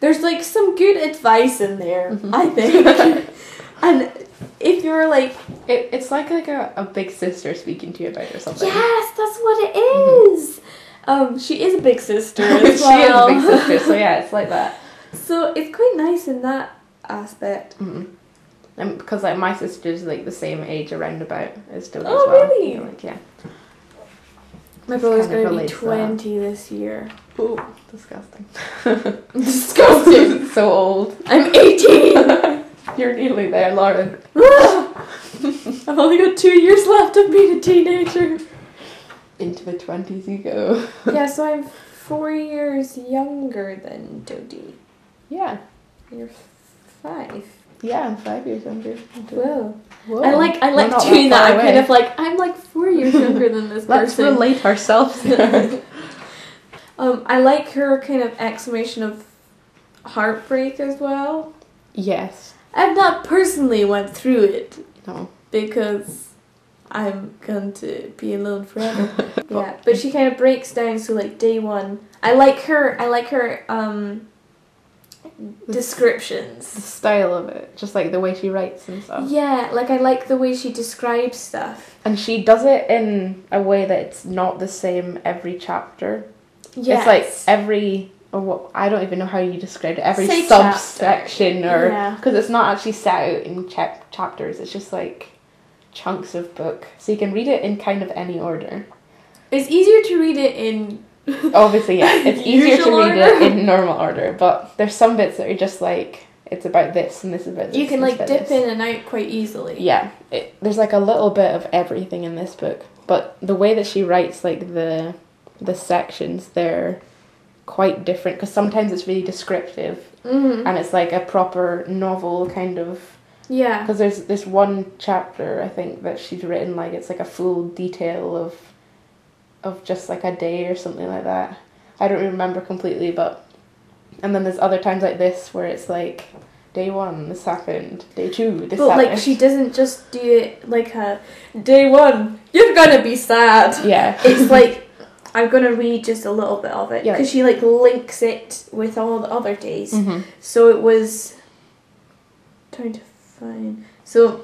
[SPEAKER 1] There's like some good advice in there,
[SPEAKER 2] Mhm.
[SPEAKER 1] I think. and if you're like,
[SPEAKER 2] It, it's like like a, a big sister speaking to you about or something.
[SPEAKER 1] yes, that's what it is. Um, she is a big sister
[SPEAKER 2] Mm-hmm. she
[SPEAKER 1] as
[SPEAKER 2] is
[SPEAKER 1] well.
[SPEAKER 2] a big sister, so yeah, it's like that.
[SPEAKER 1] So it's quite nice in that aspect.
[SPEAKER 2] Mm-hmm. And because like my sister's like the same age around about as Dodie
[SPEAKER 1] Oh,
[SPEAKER 2] as well.
[SPEAKER 1] really?
[SPEAKER 2] You know, like yeah.
[SPEAKER 1] My
[SPEAKER 2] Just
[SPEAKER 1] brother's
[SPEAKER 2] kind
[SPEAKER 1] gonna be
[SPEAKER 2] of relates to that.
[SPEAKER 1] twenty this year.
[SPEAKER 2] Oh, disgusting.
[SPEAKER 1] Disgusting.
[SPEAKER 2] so old.
[SPEAKER 1] I'm 18.
[SPEAKER 2] You're nearly there, Lauren.
[SPEAKER 1] I've only got two years left of being a teenager.
[SPEAKER 2] Into the twenties you go.
[SPEAKER 1] Yeah, so I'm four years younger than Dodie.
[SPEAKER 2] Yeah.
[SPEAKER 1] You're five.
[SPEAKER 2] Yeah, I'm five years younger.
[SPEAKER 1] Whoa.
[SPEAKER 2] Whoa.
[SPEAKER 1] I like I
[SPEAKER 2] We're
[SPEAKER 1] like
[SPEAKER 2] not
[SPEAKER 1] doing that.
[SPEAKER 2] far
[SPEAKER 1] I'm
[SPEAKER 2] away.
[SPEAKER 1] kind of like I'm like four years younger than this
[SPEAKER 2] Let's
[SPEAKER 1] person.
[SPEAKER 2] relate ourselves. here.
[SPEAKER 1] um, I like her kind of exclamation of heartbreak as well.
[SPEAKER 2] yes.
[SPEAKER 1] I've not personally went through it
[SPEAKER 2] No.
[SPEAKER 1] because I'm going to be alone forever. yeah, but she kind of breaks down. So like day one, I like her. I like her um,
[SPEAKER 2] The
[SPEAKER 1] descriptions.
[SPEAKER 2] style of it, just like the way she writes and stuff.
[SPEAKER 1] Yeah, like I like the way she describes stuff.
[SPEAKER 2] And she does it in a way that it's not the same every chapter.
[SPEAKER 1] Yes.
[SPEAKER 2] It's like every or what I don't even know how you described it. Every
[SPEAKER 1] Say chapter.
[SPEAKER 2] subsection or
[SPEAKER 1] Yeah.
[SPEAKER 2] because it's not actually set out in chap- chapters. It's just like chunks of book, so you can read it in kind of any order.
[SPEAKER 1] it's easier to read it in.
[SPEAKER 2] Obviously, yeah, it's easier to
[SPEAKER 1] Usual
[SPEAKER 2] read it
[SPEAKER 1] order.
[SPEAKER 2] in normal order, but there's some bits that are just like it's about this and this is about this.
[SPEAKER 1] You can
[SPEAKER 2] and
[SPEAKER 1] like
[SPEAKER 2] it's about
[SPEAKER 1] dip
[SPEAKER 2] this.
[SPEAKER 1] in and out quite easily.
[SPEAKER 2] yeah it, there's like a little bit of everything in this book but the way that she writes like the the sections they're quite different because sometimes it's really descriptive
[SPEAKER 1] Mm.
[SPEAKER 2] and it's like a proper novel kind of
[SPEAKER 1] Yeah.
[SPEAKER 2] because there's this one chapter i think that she's written like it's like a full detail of of just like a day or something like that i don't remember completely but and then there's other times like this where it's like day one this happened day two this
[SPEAKER 1] But
[SPEAKER 2] happened
[SPEAKER 1] like she doesn't just do it like a day one. You're gonna be sad.
[SPEAKER 2] yeah
[SPEAKER 1] It's like I'm gonna read just a little bit of it
[SPEAKER 2] Yeah.
[SPEAKER 1] because she like links it with all the other days.
[SPEAKER 2] Mhm.
[SPEAKER 1] So it was trying to find. So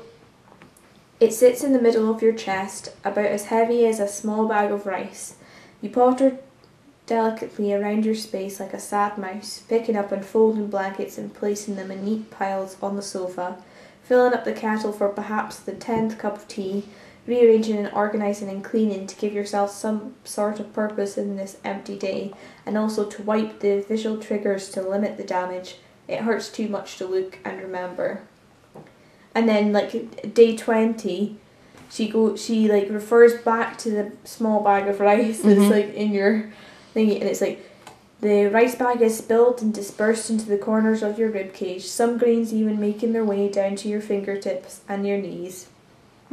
[SPEAKER 1] it sits in the middle of your chest, about as heavy as a small bag of rice. You potter delicately around your space like a sad mouse, picking up unfolding blankets and placing them in neat piles on the sofa, filling up the kettle for perhaps the tenth cup of tea, rearranging and organising and cleaning to give yourself some sort of purpose in this empty day, and also to wipe the visual triggers to limit the damage. It hurts too much to look and remember. And then like day twenty, she go she like refers back to the small bag of rice that's
[SPEAKER 2] Mhm.
[SPEAKER 1] like in your thingy, and it's like the rice bag is spilled and dispersed into the corners of your rib cage. Some grains even making their way down to your fingertips and your knees,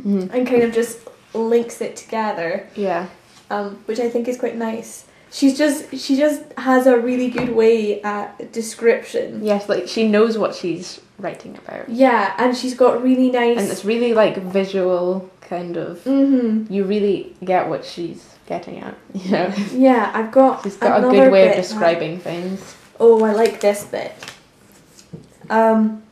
[SPEAKER 2] Mhm.
[SPEAKER 1] and kind of just links it together
[SPEAKER 2] Yeah.
[SPEAKER 1] um, which I think is quite nice. She's just she just has a really good way at description.
[SPEAKER 2] Yes, like she knows what she's writing about.
[SPEAKER 1] Yeah, and she's got really nice.
[SPEAKER 2] And it's really like visual kind of
[SPEAKER 1] hmm
[SPEAKER 2] you really get what she's getting at. You know.
[SPEAKER 1] Yeah, I've got.
[SPEAKER 2] She's got a
[SPEAKER 1] another
[SPEAKER 2] good way of
[SPEAKER 1] bit, like-
[SPEAKER 2] describing things.
[SPEAKER 1] Oh, I like this bit. Um,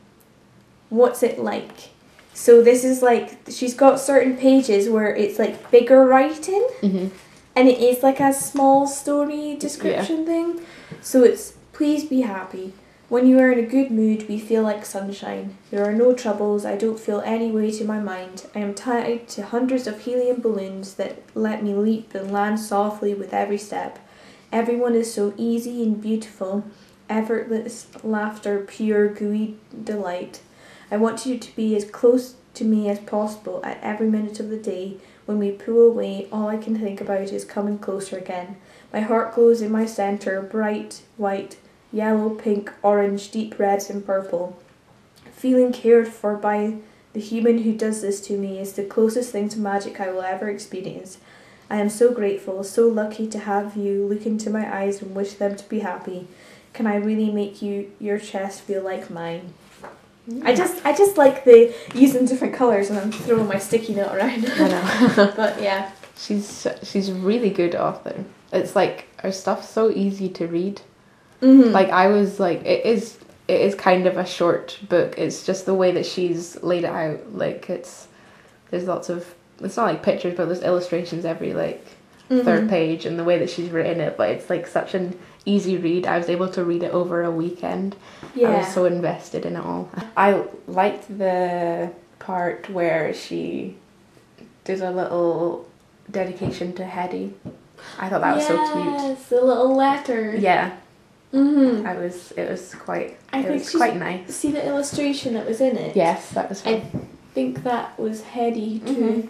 [SPEAKER 1] what's it like? So this is like she's got certain pages where it's like bigger writing,
[SPEAKER 2] hmm
[SPEAKER 1] and it is like a small story description thing. So it's please be happy. When you are in a good mood, we feel like sunshine. There are no troubles. I don't feel any way to my mind. I am tied to hundreds of helium balloons that let me leap and land softly with every step. Everyone is so easy and beautiful. Effortless laughter, pure gooey delight. I want you to be as close to me as possible at every minute of the day. When we pull away, all I can think about is coming closer again. My heart glows in my centre, bright, white, yellow, pink, orange, deep reds, and purple. Feeling cared for by the human who does this to me is the closest thing to magic I will ever experience. I am so grateful, so lucky to have you look into my eyes and wish them to be happy. Can I really make you your chest feel like mine? I just I just like the using different colours and I'm throwing my sticky note around. but yeah.
[SPEAKER 2] she's she's a really good author. It's like her stuff's so easy to read.
[SPEAKER 1] Mm-hmm.
[SPEAKER 2] Like I was like it is it is kind of a short book. It's just the way that she's laid it out. Like it's there's lots of it's not like pictures, but there's illustrations every like
[SPEAKER 1] Mm-hmm.
[SPEAKER 2] third page and the way that she's written it but it's like such an easy read i was able to read it over a weekend i
[SPEAKER 1] Yeah.
[SPEAKER 2] was so invested in it all i liked the part where she did a little dedication to hetty i thought that was so
[SPEAKER 1] Yes, the little letter.
[SPEAKER 2] cute yeah
[SPEAKER 1] Mm-hmm.
[SPEAKER 2] i was it was quite
[SPEAKER 1] I
[SPEAKER 2] it
[SPEAKER 1] think
[SPEAKER 2] was
[SPEAKER 1] she's-
[SPEAKER 2] quite nice
[SPEAKER 1] See the illustration that was in it.
[SPEAKER 2] yes that was fun
[SPEAKER 1] I think that was heady too.
[SPEAKER 2] Mhm.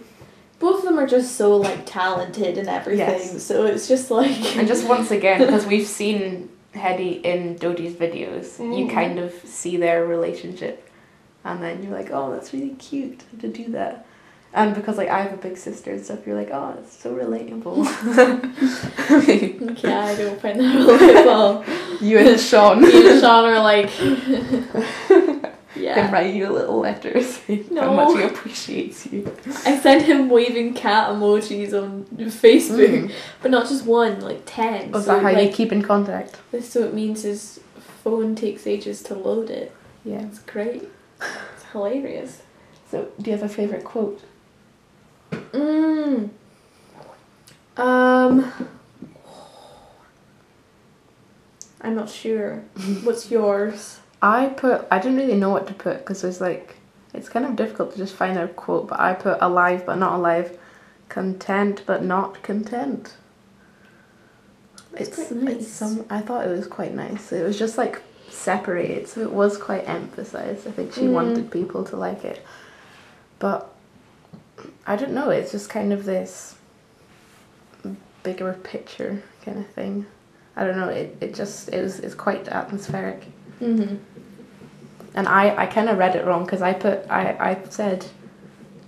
[SPEAKER 1] Both of them are are just so like talented and everything.
[SPEAKER 2] Yes.
[SPEAKER 1] So it's just like
[SPEAKER 2] And just once again, because we've seen Hedy in Dodie's videos, you
[SPEAKER 1] Mhm.
[SPEAKER 2] kind of see their relationship, and then you're like, oh, that's really cute to do that. And because like I have a big sister and stuff, you're like, oh, it's so relatable.
[SPEAKER 1] yeah, I don't find that relatable.
[SPEAKER 2] you and Sean,
[SPEAKER 1] Me and Sean are like
[SPEAKER 2] can
[SPEAKER 1] yeah.
[SPEAKER 2] write you a little letter saying
[SPEAKER 1] No.
[SPEAKER 2] how much he appreciates you.
[SPEAKER 1] I sent him waving cat emojis on
[SPEAKER 2] Mm.
[SPEAKER 1] Facebook, but not just one, like ten.
[SPEAKER 2] Mm-hmm. Oh, Is
[SPEAKER 1] so
[SPEAKER 2] that how you
[SPEAKER 1] like
[SPEAKER 2] keep in contact?
[SPEAKER 1] this, so it means his phone takes ages to load it.
[SPEAKER 2] Yeah.
[SPEAKER 1] It's great. It's hilarious.
[SPEAKER 2] So, do you have a favorite quote?
[SPEAKER 1] Mm. Um. I'm not sure. What's yours?
[SPEAKER 2] I put I didn't really know what to put because there's like it's kind of difficult to just find a quote, but I put alive but not alive, content but not content.
[SPEAKER 1] That's
[SPEAKER 2] it's
[SPEAKER 1] quite nice.
[SPEAKER 2] It's some I thought it was quite nice. It was just like separated, so it was quite emphasized. I think she
[SPEAKER 1] Mm.
[SPEAKER 2] wanted people to like it, but I don't know. It's just kind of this bigger picture kind of thing. I don't know. It it just it was it's quite atmospheric
[SPEAKER 1] Mm-hmm.
[SPEAKER 2] and I, I kind of read it wrong because I put I, I said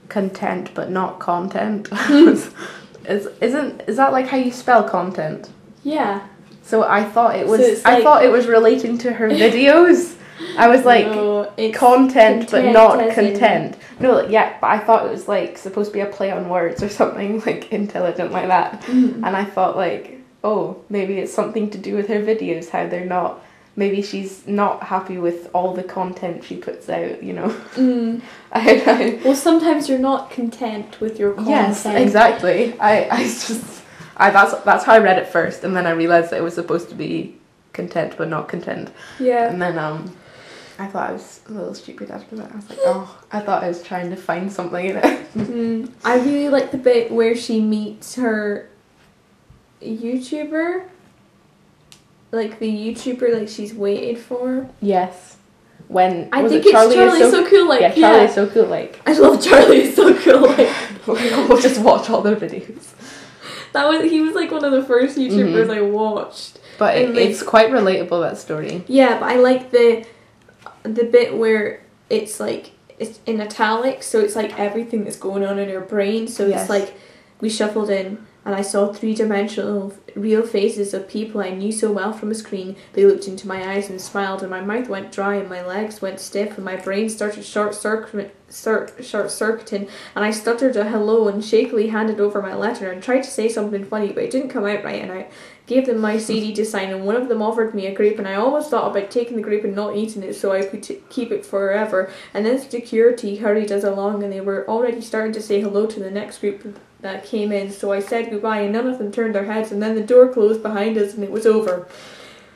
[SPEAKER 2] content but not content.
[SPEAKER 1] Hmm.
[SPEAKER 2] is isn't is that like how you spell content?
[SPEAKER 1] Yeah.
[SPEAKER 2] So I thought it
[SPEAKER 1] So
[SPEAKER 2] was
[SPEAKER 1] it's
[SPEAKER 2] I
[SPEAKER 1] like-
[SPEAKER 2] thought it was relating to her videos. I was like
[SPEAKER 1] No, it's
[SPEAKER 2] content but
[SPEAKER 1] content
[SPEAKER 2] not
[SPEAKER 1] as in-
[SPEAKER 2] content. No, like, yeah, but I thought it was like supposed to be a play on words or something like intelligent like that.
[SPEAKER 1] Mm.
[SPEAKER 2] And I thought like, oh, maybe it's something to do with her videos, how they're not maybe she's not happy with all the content she puts out, you know.
[SPEAKER 1] Mm.
[SPEAKER 2] I,
[SPEAKER 1] Well, sometimes you're not content with your
[SPEAKER 2] I,
[SPEAKER 1] content.
[SPEAKER 2] yes, exactly. I, I just I that's that's how I read it first and then I realized that it was supposed to be content but not content.
[SPEAKER 1] Yeah.
[SPEAKER 2] And then um I thought I was a little stupid after that. I was like, oh, I thought I was trying to find something in it.
[SPEAKER 1] Mm. I really like the bit where she meets her YouTuber. Like the YouTuber, like she's waited for.
[SPEAKER 2] Yes. When
[SPEAKER 1] I
[SPEAKER 2] was
[SPEAKER 1] think
[SPEAKER 2] it
[SPEAKER 1] it's
[SPEAKER 2] Charlie
[SPEAKER 1] Charlie,
[SPEAKER 2] is so,
[SPEAKER 1] so, cool. Like
[SPEAKER 2] yeah,
[SPEAKER 1] yeah,
[SPEAKER 2] Charlie is so cool. Like
[SPEAKER 1] I love Charlie is so cool. Like
[SPEAKER 2] we'll just watch all their videos.
[SPEAKER 1] That was he was like one of the first
[SPEAKER 2] Mm-hmm.
[SPEAKER 1] YouTubers I watched.
[SPEAKER 2] But it,
[SPEAKER 1] And, like-
[SPEAKER 2] it's quite relatable that story.
[SPEAKER 1] Yeah, but I like the the bit where it's like it's in italics, so it's like everything that's going on in your brain. So
[SPEAKER 2] Yes.
[SPEAKER 1] it's like we shuffled in and I saw three dimensional real faces of people I knew so well from a screen. They looked into my eyes and smiled, and my mouth went dry, and my legs went stiff, and my brain started short circuit, cir- short circuiting, and I stuttered a hello and shakily handed over my letter and tried to say something funny, but it didn't come out right, and I gave them my CD to sign, and one of them offered me a grape, and I almost thought about taking the grape and not eating it so I could t- keep it forever. And then security hurried us along, and they were already starting to say hello to the next group that came in, so I said goodbye, and none of them turned their heads, and then the door closed behind us, and it was over.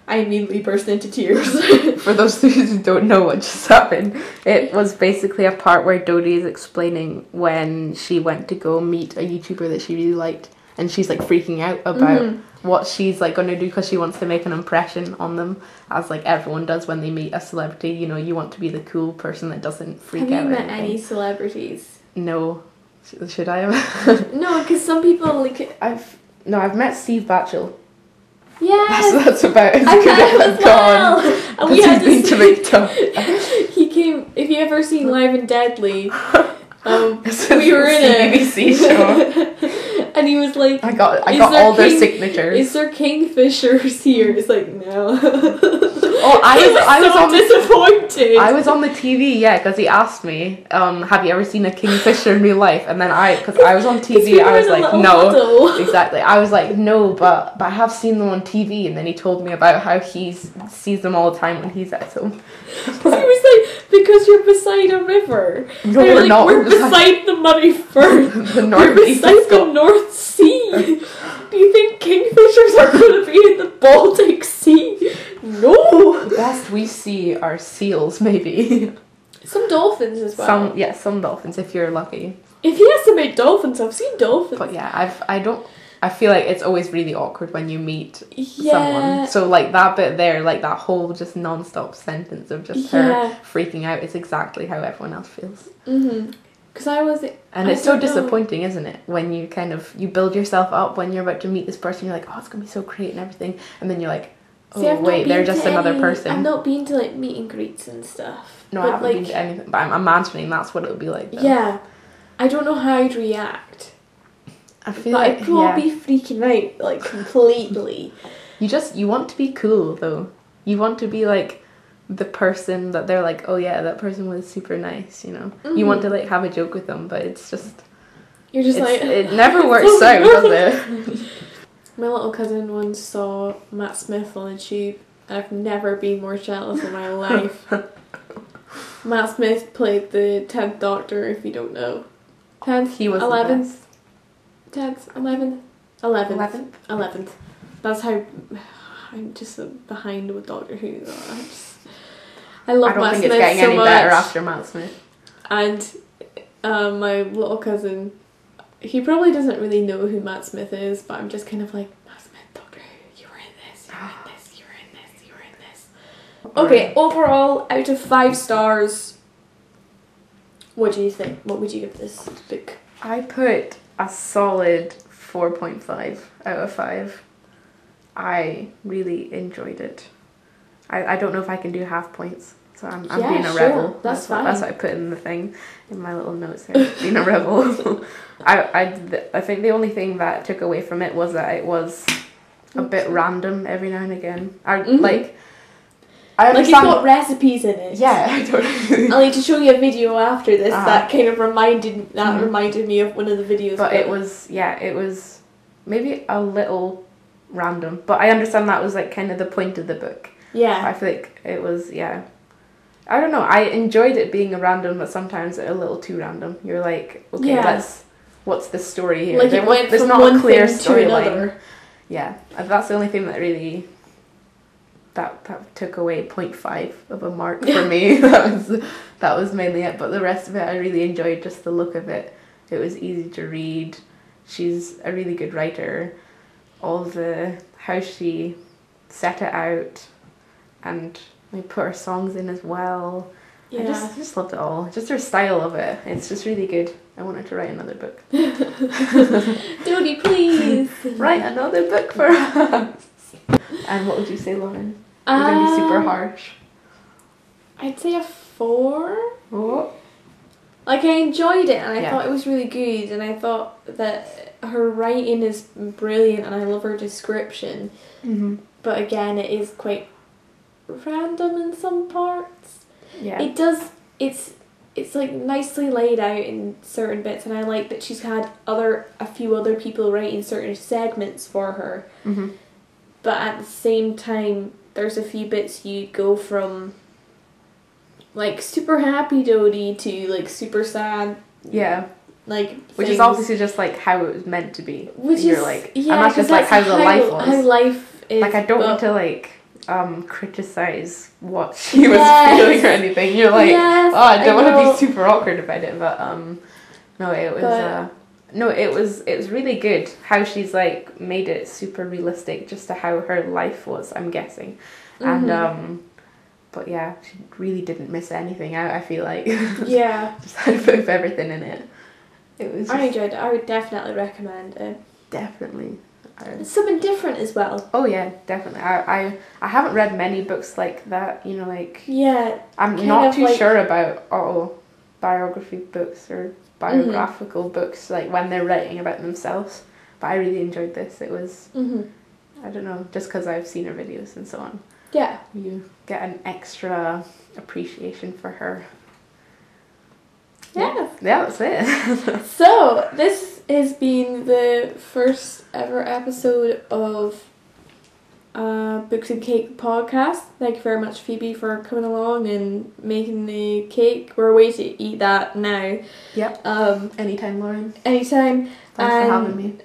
[SPEAKER 1] I immediately burst into tears.
[SPEAKER 2] For those of you who don't know what just happened, it was basically a part where Dodie is explaining when she went to go meet a YouTuber that she really liked, and she's like freaking out about
[SPEAKER 1] Mhm.
[SPEAKER 2] what she's like going to do because she wants to make an impression on them, as like everyone does when they meet a celebrity. You know, you want to be the cool person that doesn't freak
[SPEAKER 1] Mm-hmm. Have you
[SPEAKER 2] out. or
[SPEAKER 1] met
[SPEAKER 2] anything.
[SPEAKER 1] any celebrities?
[SPEAKER 2] No, Sh- should I? have?
[SPEAKER 1] No, because some people like
[SPEAKER 2] I've no, I've met Steve Batchel. That's,
[SPEAKER 1] yes,
[SPEAKER 2] that's about as
[SPEAKER 1] I
[SPEAKER 2] good
[SPEAKER 1] met him
[SPEAKER 2] as
[SPEAKER 1] as
[SPEAKER 2] I've gone.
[SPEAKER 1] well. And
[SPEAKER 2] 'Cause
[SPEAKER 1] we had
[SPEAKER 2] he's been
[SPEAKER 1] this-
[SPEAKER 2] to McDonald's.
[SPEAKER 1] he came. If you ever seen Live and Deadly, um,
[SPEAKER 2] This
[SPEAKER 1] we
[SPEAKER 2] is
[SPEAKER 1] were in
[SPEAKER 2] a
[SPEAKER 1] it,
[SPEAKER 2] BBC show.
[SPEAKER 1] and he was like,
[SPEAKER 2] I got I
[SPEAKER 1] Is
[SPEAKER 2] got
[SPEAKER 1] there
[SPEAKER 2] all their
[SPEAKER 1] king-
[SPEAKER 2] signatures.
[SPEAKER 1] "Is there kingfishers here?" It's like no.
[SPEAKER 2] Oh, I was I was
[SPEAKER 1] so
[SPEAKER 2] on
[SPEAKER 1] disappointed.
[SPEAKER 2] I was on the TV, yeah, because he asked me, um, "Have you ever seen a kingfisher in real life?" And then I, because I was on
[SPEAKER 1] 'Cause we
[SPEAKER 2] TV, I
[SPEAKER 1] were
[SPEAKER 2] was
[SPEAKER 1] in a
[SPEAKER 2] like,
[SPEAKER 1] little
[SPEAKER 2] "No."
[SPEAKER 1] huddle.
[SPEAKER 2] Exactly. I was like, no, but but I have seen them on TV, and then he told me about how he sees them all the time when he's at home.
[SPEAKER 1] 'Cause he was like, because you're beside a river.
[SPEAKER 2] No,
[SPEAKER 1] And you're
[SPEAKER 2] we're
[SPEAKER 1] like,
[SPEAKER 2] not.
[SPEAKER 1] We're
[SPEAKER 2] beside
[SPEAKER 1] beside the Muddy Firth.
[SPEAKER 2] the
[SPEAKER 1] We're
[SPEAKER 2] North East
[SPEAKER 1] beside
[SPEAKER 2] of
[SPEAKER 1] the
[SPEAKER 2] Scotland.
[SPEAKER 1] North Sea. Do you think kingfishers are going to be in the Baltic Sea? No.
[SPEAKER 2] The best we see are seals, maybe.
[SPEAKER 1] Some dolphins as well.
[SPEAKER 2] Some, yeah, some dolphins if you're lucky.
[SPEAKER 1] If you estimate dolphins, I've seen dolphins.
[SPEAKER 2] But yeah, I've I don't. I feel like it's always really awkward when you meet
[SPEAKER 1] yeah.
[SPEAKER 2] someone. So like that bit there, like that whole just non-stop sentence of just
[SPEAKER 1] Yeah.
[SPEAKER 2] her freaking out is exactly how everyone else feels.
[SPEAKER 1] Mm-hmm. Because I was.
[SPEAKER 2] And
[SPEAKER 1] I
[SPEAKER 2] it's so
[SPEAKER 1] don't know.
[SPEAKER 2] disappointing, isn't it? When you kind of you build yourself up when you're about to meet this person, you're like, oh, it's gonna be so great and everything, and then you're like, oh
[SPEAKER 1] See, I've not
[SPEAKER 2] wait, they're
[SPEAKER 1] been
[SPEAKER 2] just
[SPEAKER 1] to
[SPEAKER 2] another
[SPEAKER 1] any-
[SPEAKER 2] person.
[SPEAKER 1] I've not been to like meet and greets and stuff.
[SPEAKER 2] no, I
[SPEAKER 1] but,
[SPEAKER 2] haven't
[SPEAKER 1] like,
[SPEAKER 2] been to anything, but I'm imagining that's what it would be like. Though.
[SPEAKER 1] Yeah, I don't know how I'd react.
[SPEAKER 2] I feel
[SPEAKER 1] But I'd
[SPEAKER 2] like yeah.
[SPEAKER 1] probably be freaking out like completely.
[SPEAKER 2] you just you want to be cool though. You want to be like the person that they're like, oh yeah, that person was super nice. You know, you want
[SPEAKER 1] Mhm.
[SPEAKER 2] to like have a joke with them, but it's just
[SPEAKER 1] You're just
[SPEAKER 2] it's-
[SPEAKER 1] like
[SPEAKER 2] it never works out, does it?
[SPEAKER 1] My little cousin once saw Matt Smith on a tube, and I've never been more jealous in my life. Matt Smith played the Tenth Doctor, if you don't know. Tenth,
[SPEAKER 2] He was the
[SPEAKER 1] eleventh, tenth, eleventh, eleventh,
[SPEAKER 2] Eleventh?
[SPEAKER 1] eleventh. That's how I'm just so behind with Doctor Who. though. I'm just- I love
[SPEAKER 2] I don't
[SPEAKER 1] Matt
[SPEAKER 2] think
[SPEAKER 1] Smith
[SPEAKER 2] it's getting
[SPEAKER 1] so
[SPEAKER 2] any
[SPEAKER 1] much.
[SPEAKER 2] better after Matt Smith.
[SPEAKER 1] And uh, my little cousin, he probably doesn't really know who Matt Smith is, but I'm just kind of like, Matt Smith, Doctor Who, you were in this, you were in this, you were in this, you were in this. Okay, overall, out of five stars, what do you think? What would you give this book?
[SPEAKER 2] I put a solid 4.5 out of 5. I really enjoyed it. I, I don't know if I can do half points, so I'm, I'm
[SPEAKER 1] Yeah,
[SPEAKER 2] being a
[SPEAKER 1] sure,
[SPEAKER 2] rebel.
[SPEAKER 1] that's
[SPEAKER 2] what, that's what I put in the thing, in my little notes there, being a rebel. I, I, th- I think the only thing that I took away from it was that it was a bit random every now and again. I,
[SPEAKER 1] Mhm.
[SPEAKER 2] Like, I
[SPEAKER 1] Like, you've
[SPEAKER 2] understand.
[SPEAKER 1] got recipes in it.
[SPEAKER 2] yeah, I don't
[SPEAKER 1] I'll need to show you a video after this
[SPEAKER 2] Uh-huh.
[SPEAKER 1] that kind of reminded that
[SPEAKER 2] Mhm.
[SPEAKER 1] reminded me of one of the videos.
[SPEAKER 2] But it was, yeah, it was maybe a little random. But I understand that was like kind of the point of the book.
[SPEAKER 1] yeah,
[SPEAKER 2] I feel like it was, yeah. I don't know. I enjoyed it being a random, but sometimes a little too random. You're like, okay,
[SPEAKER 1] Yeah.
[SPEAKER 2] let's. What's the story here?
[SPEAKER 1] like
[SPEAKER 2] There
[SPEAKER 1] it
[SPEAKER 2] wa-
[SPEAKER 1] went
[SPEAKER 2] there's
[SPEAKER 1] from
[SPEAKER 2] not
[SPEAKER 1] one
[SPEAKER 2] a clear
[SPEAKER 1] thing to another.
[SPEAKER 2] storyline. Yeah, and that's the only thing that really that that took away 0.5 of a mark for me. that was that was mainly it. But the rest of it, I really enjoyed just the look of it. It was easy to read. She's a really good writer. All the how she set it out, and we put her songs in as well. I just I just loved it all. Just her style of it. It's just really good. I wanted to write another book.
[SPEAKER 1] Dodie, please.
[SPEAKER 2] Write another book for us. And what would you say, Lauren? You're gonna be super
[SPEAKER 1] Um,
[SPEAKER 2] harsh.
[SPEAKER 1] I'd say a four.
[SPEAKER 2] Oh.
[SPEAKER 1] Like I enjoyed it and I
[SPEAKER 2] Yeah.
[SPEAKER 1] thought it was really good and I thought that her writing is brilliant and I love her description. Mm-hmm.
[SPEAKER 2] hmm
[SPEAKER 1] But again, it is quite random in some parts.
[SPEAKER 2] Yeah.
[SPEAKER 1] It does. It's it's like nicely laid out in certain bits and I like that she's had other a few other people writing certain segments for her.
[SPEAKER 2] hmm
[SPEAKER 1] but at the same time there's a few bits you go from like super happy Dodie to like super sad
[SPEAKER 2] Yeah.
[SPEAKER 1] like
[SPEAKER 2] Which
[SPEAKER 1] things.
[SPEAKER 2] is obviously just like how it was meant to be.
[SPEAKER 1] which
[SPEAKER 2] And you're
[SPEAKER 1] is
[SPEAKER 2] like,
[SPEAKER 1] yeah
[SPEAKER 2] and that's
[SPEAKER 1] 'cause
[SPEAKER 2] just like how the life was.
[SPEAKER 1] how life is
[SPEAKER 2] like I don't
[SPEAKER 1] but-
[SPEAKER 2] want to like um criticize what she was
[SPEAKER 1] Yes.
[SPEAKER 2] feeling or anything. You're like,
[SPEAKER 1] Yes,
[SPEAKER 2] oh, I don't
[SPEAKER 1] I
[SPEAKER 2] want
[SPEAKER 1] know.
[SPEAKER 2] to be super awkward about it, but um, no, it was.
[SPEAKER 1] But-
[SPEAKER 2] uh, no, it was it was really good how she's like made it super realistic just to how her life was, I'm guessing. And
[SPEAKER 1] Mhm.
[SPEAKER 2] um but yeah, she really didn't miss anything out, I feel like.
[SPEAKER 1] yeah
[SPEAKER 2] just had a bit of everything in it. It was
[SPEAKER 1] I
[SPEAKER 2] just
[SPEAKER 1] enjoyed it I would definitely recommend it
[SPEAKER 2] definitely I-
[SPEAKER 1] it's something different as well
[SPEAKER 2] Oh yeah, definitely. I, I I haven't read many books like that. You know, like
[SPEAKER 1] yeah
[SPEAKER 2] I'm
[SPEAKER 1] Kind
[SPEAKER 2] not
[SPEAKER 1] of
[SPEAKER 2] too
[SPEAKER 1] like-
[SPEAKER 2] sure about all biography books or biographical books like when they're writing about themselves. But I really enjoyed this. It was
[SPEAKER 1] hmm
[SPEAKER 2] I don't know just because I've seen her videos and so on.
[SPEAKER 1] yeah
[SPEAKER 2] You get an extra appreciation for her.
[SPEAKER 1] yeah
[SPEAKER 2] Yeah, that's it.
[SPEAKER 1] So, this has been the first ever episode of uh, Books and Cake podcast. Thank you very much, Phoebe, for coming along and making the cake. We're away to eat that now.
[SPEAKER 2] yep.
[SPEAKER 1] Um,
[SPEAKER 2] Anytime, Lauren.
[SPEAKER 1] anytime.
[SPEAKER 2] Thanks for having
[SPEAKER 1] Um,
[SPEAKER 2] me.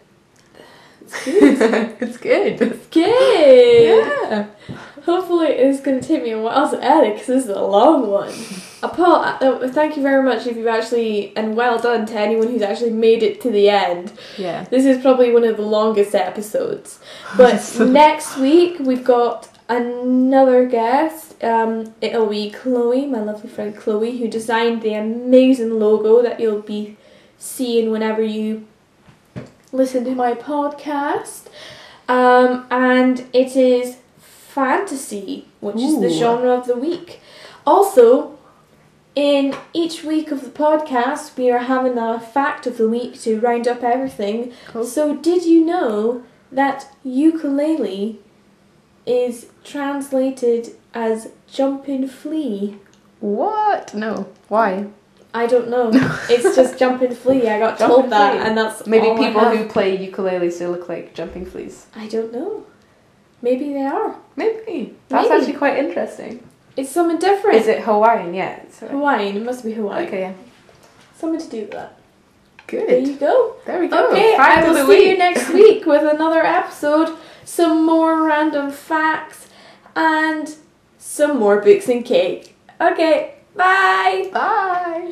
[SPEAKER 1] It's good.
[SPEAKER 2] it's good.
[SPEAKER 1] It's good.
[SPEAKER 2] Yeah.
[SPEAKER 1] Hopefully, it's going to take me a while to edit because this is a long one. Uh, Paul, uh, thank you very much if you actually, and well done to anyone who's actually made it to the end.
[SPEAKER 2] Yeah.
[SPEAKER 1] This is probably one of the longest episodes. But next week we've got another guest. Um, it'll be Chloe, my lovely friend Chloe, who designed the amazing logo that you'll be seeing whenever you listen to my podcast. Um, and it is fantasy, which is the
[SPEAKER 2] Ooh.
[SPEAKER 1] genre of the week. Also, in each week of the podcast, we are having a fact of the week to round up everything.
[SPEAKER 2] Cool.
[SPEAKER 1] So, did you know that ukulele is translated as jumping flea?
[SPEAKER 2] What? No. Why?
[SPEAKER 1] I don't know. it's just jumping flea. I got
[SPEAKER 2] Jumping
[SPEAKER 1] told that,
[SPEAKER 2] flea.
[SPEAKER 1] and that's
[SPEAKER 2] Maybe
[SPEAKER 1] all I
[SPEAKER 2] people
[SPEAKER 1] have.
[SPEAKER 2] who play ukuleles they look like jumping fleas.
[SPEAKER 1] I don't know. Maybe they are.
[SPEAKER 2] Maybe. That's
[SPEAKER 1] Maybe.
[SPEAKER 2] actually quite interesting.
[SPEAKER 1] It's something different.
[SPEAKER 2] Is it Hawaiian? Yeah. It's Hawaiian.
[SPEAKER 1] Hawaiian? It must be Hawaiian.
[SPEAKER 2] Okay. Yeah.
[SPEAKER 1] Something to do with that. There you
[SPEAKER 2] Good.
[SPEAKER 1] go.
[SPEAKER 2] There we go.
[SPEAKER 1] Okay,
[SPEAKER 2] Fact
[SPEAKER 1] I
[SPEAKER 2] of
[SPEAKER 1] will
[SPEAKER 2] the
[SPEAKER 1] see you
[SPEAKER 2] week.
[SPEAKER 1] next week with another episode, some more random facts, and some more books and cake. Okay, bye.
[SPEAKER 2] Bye.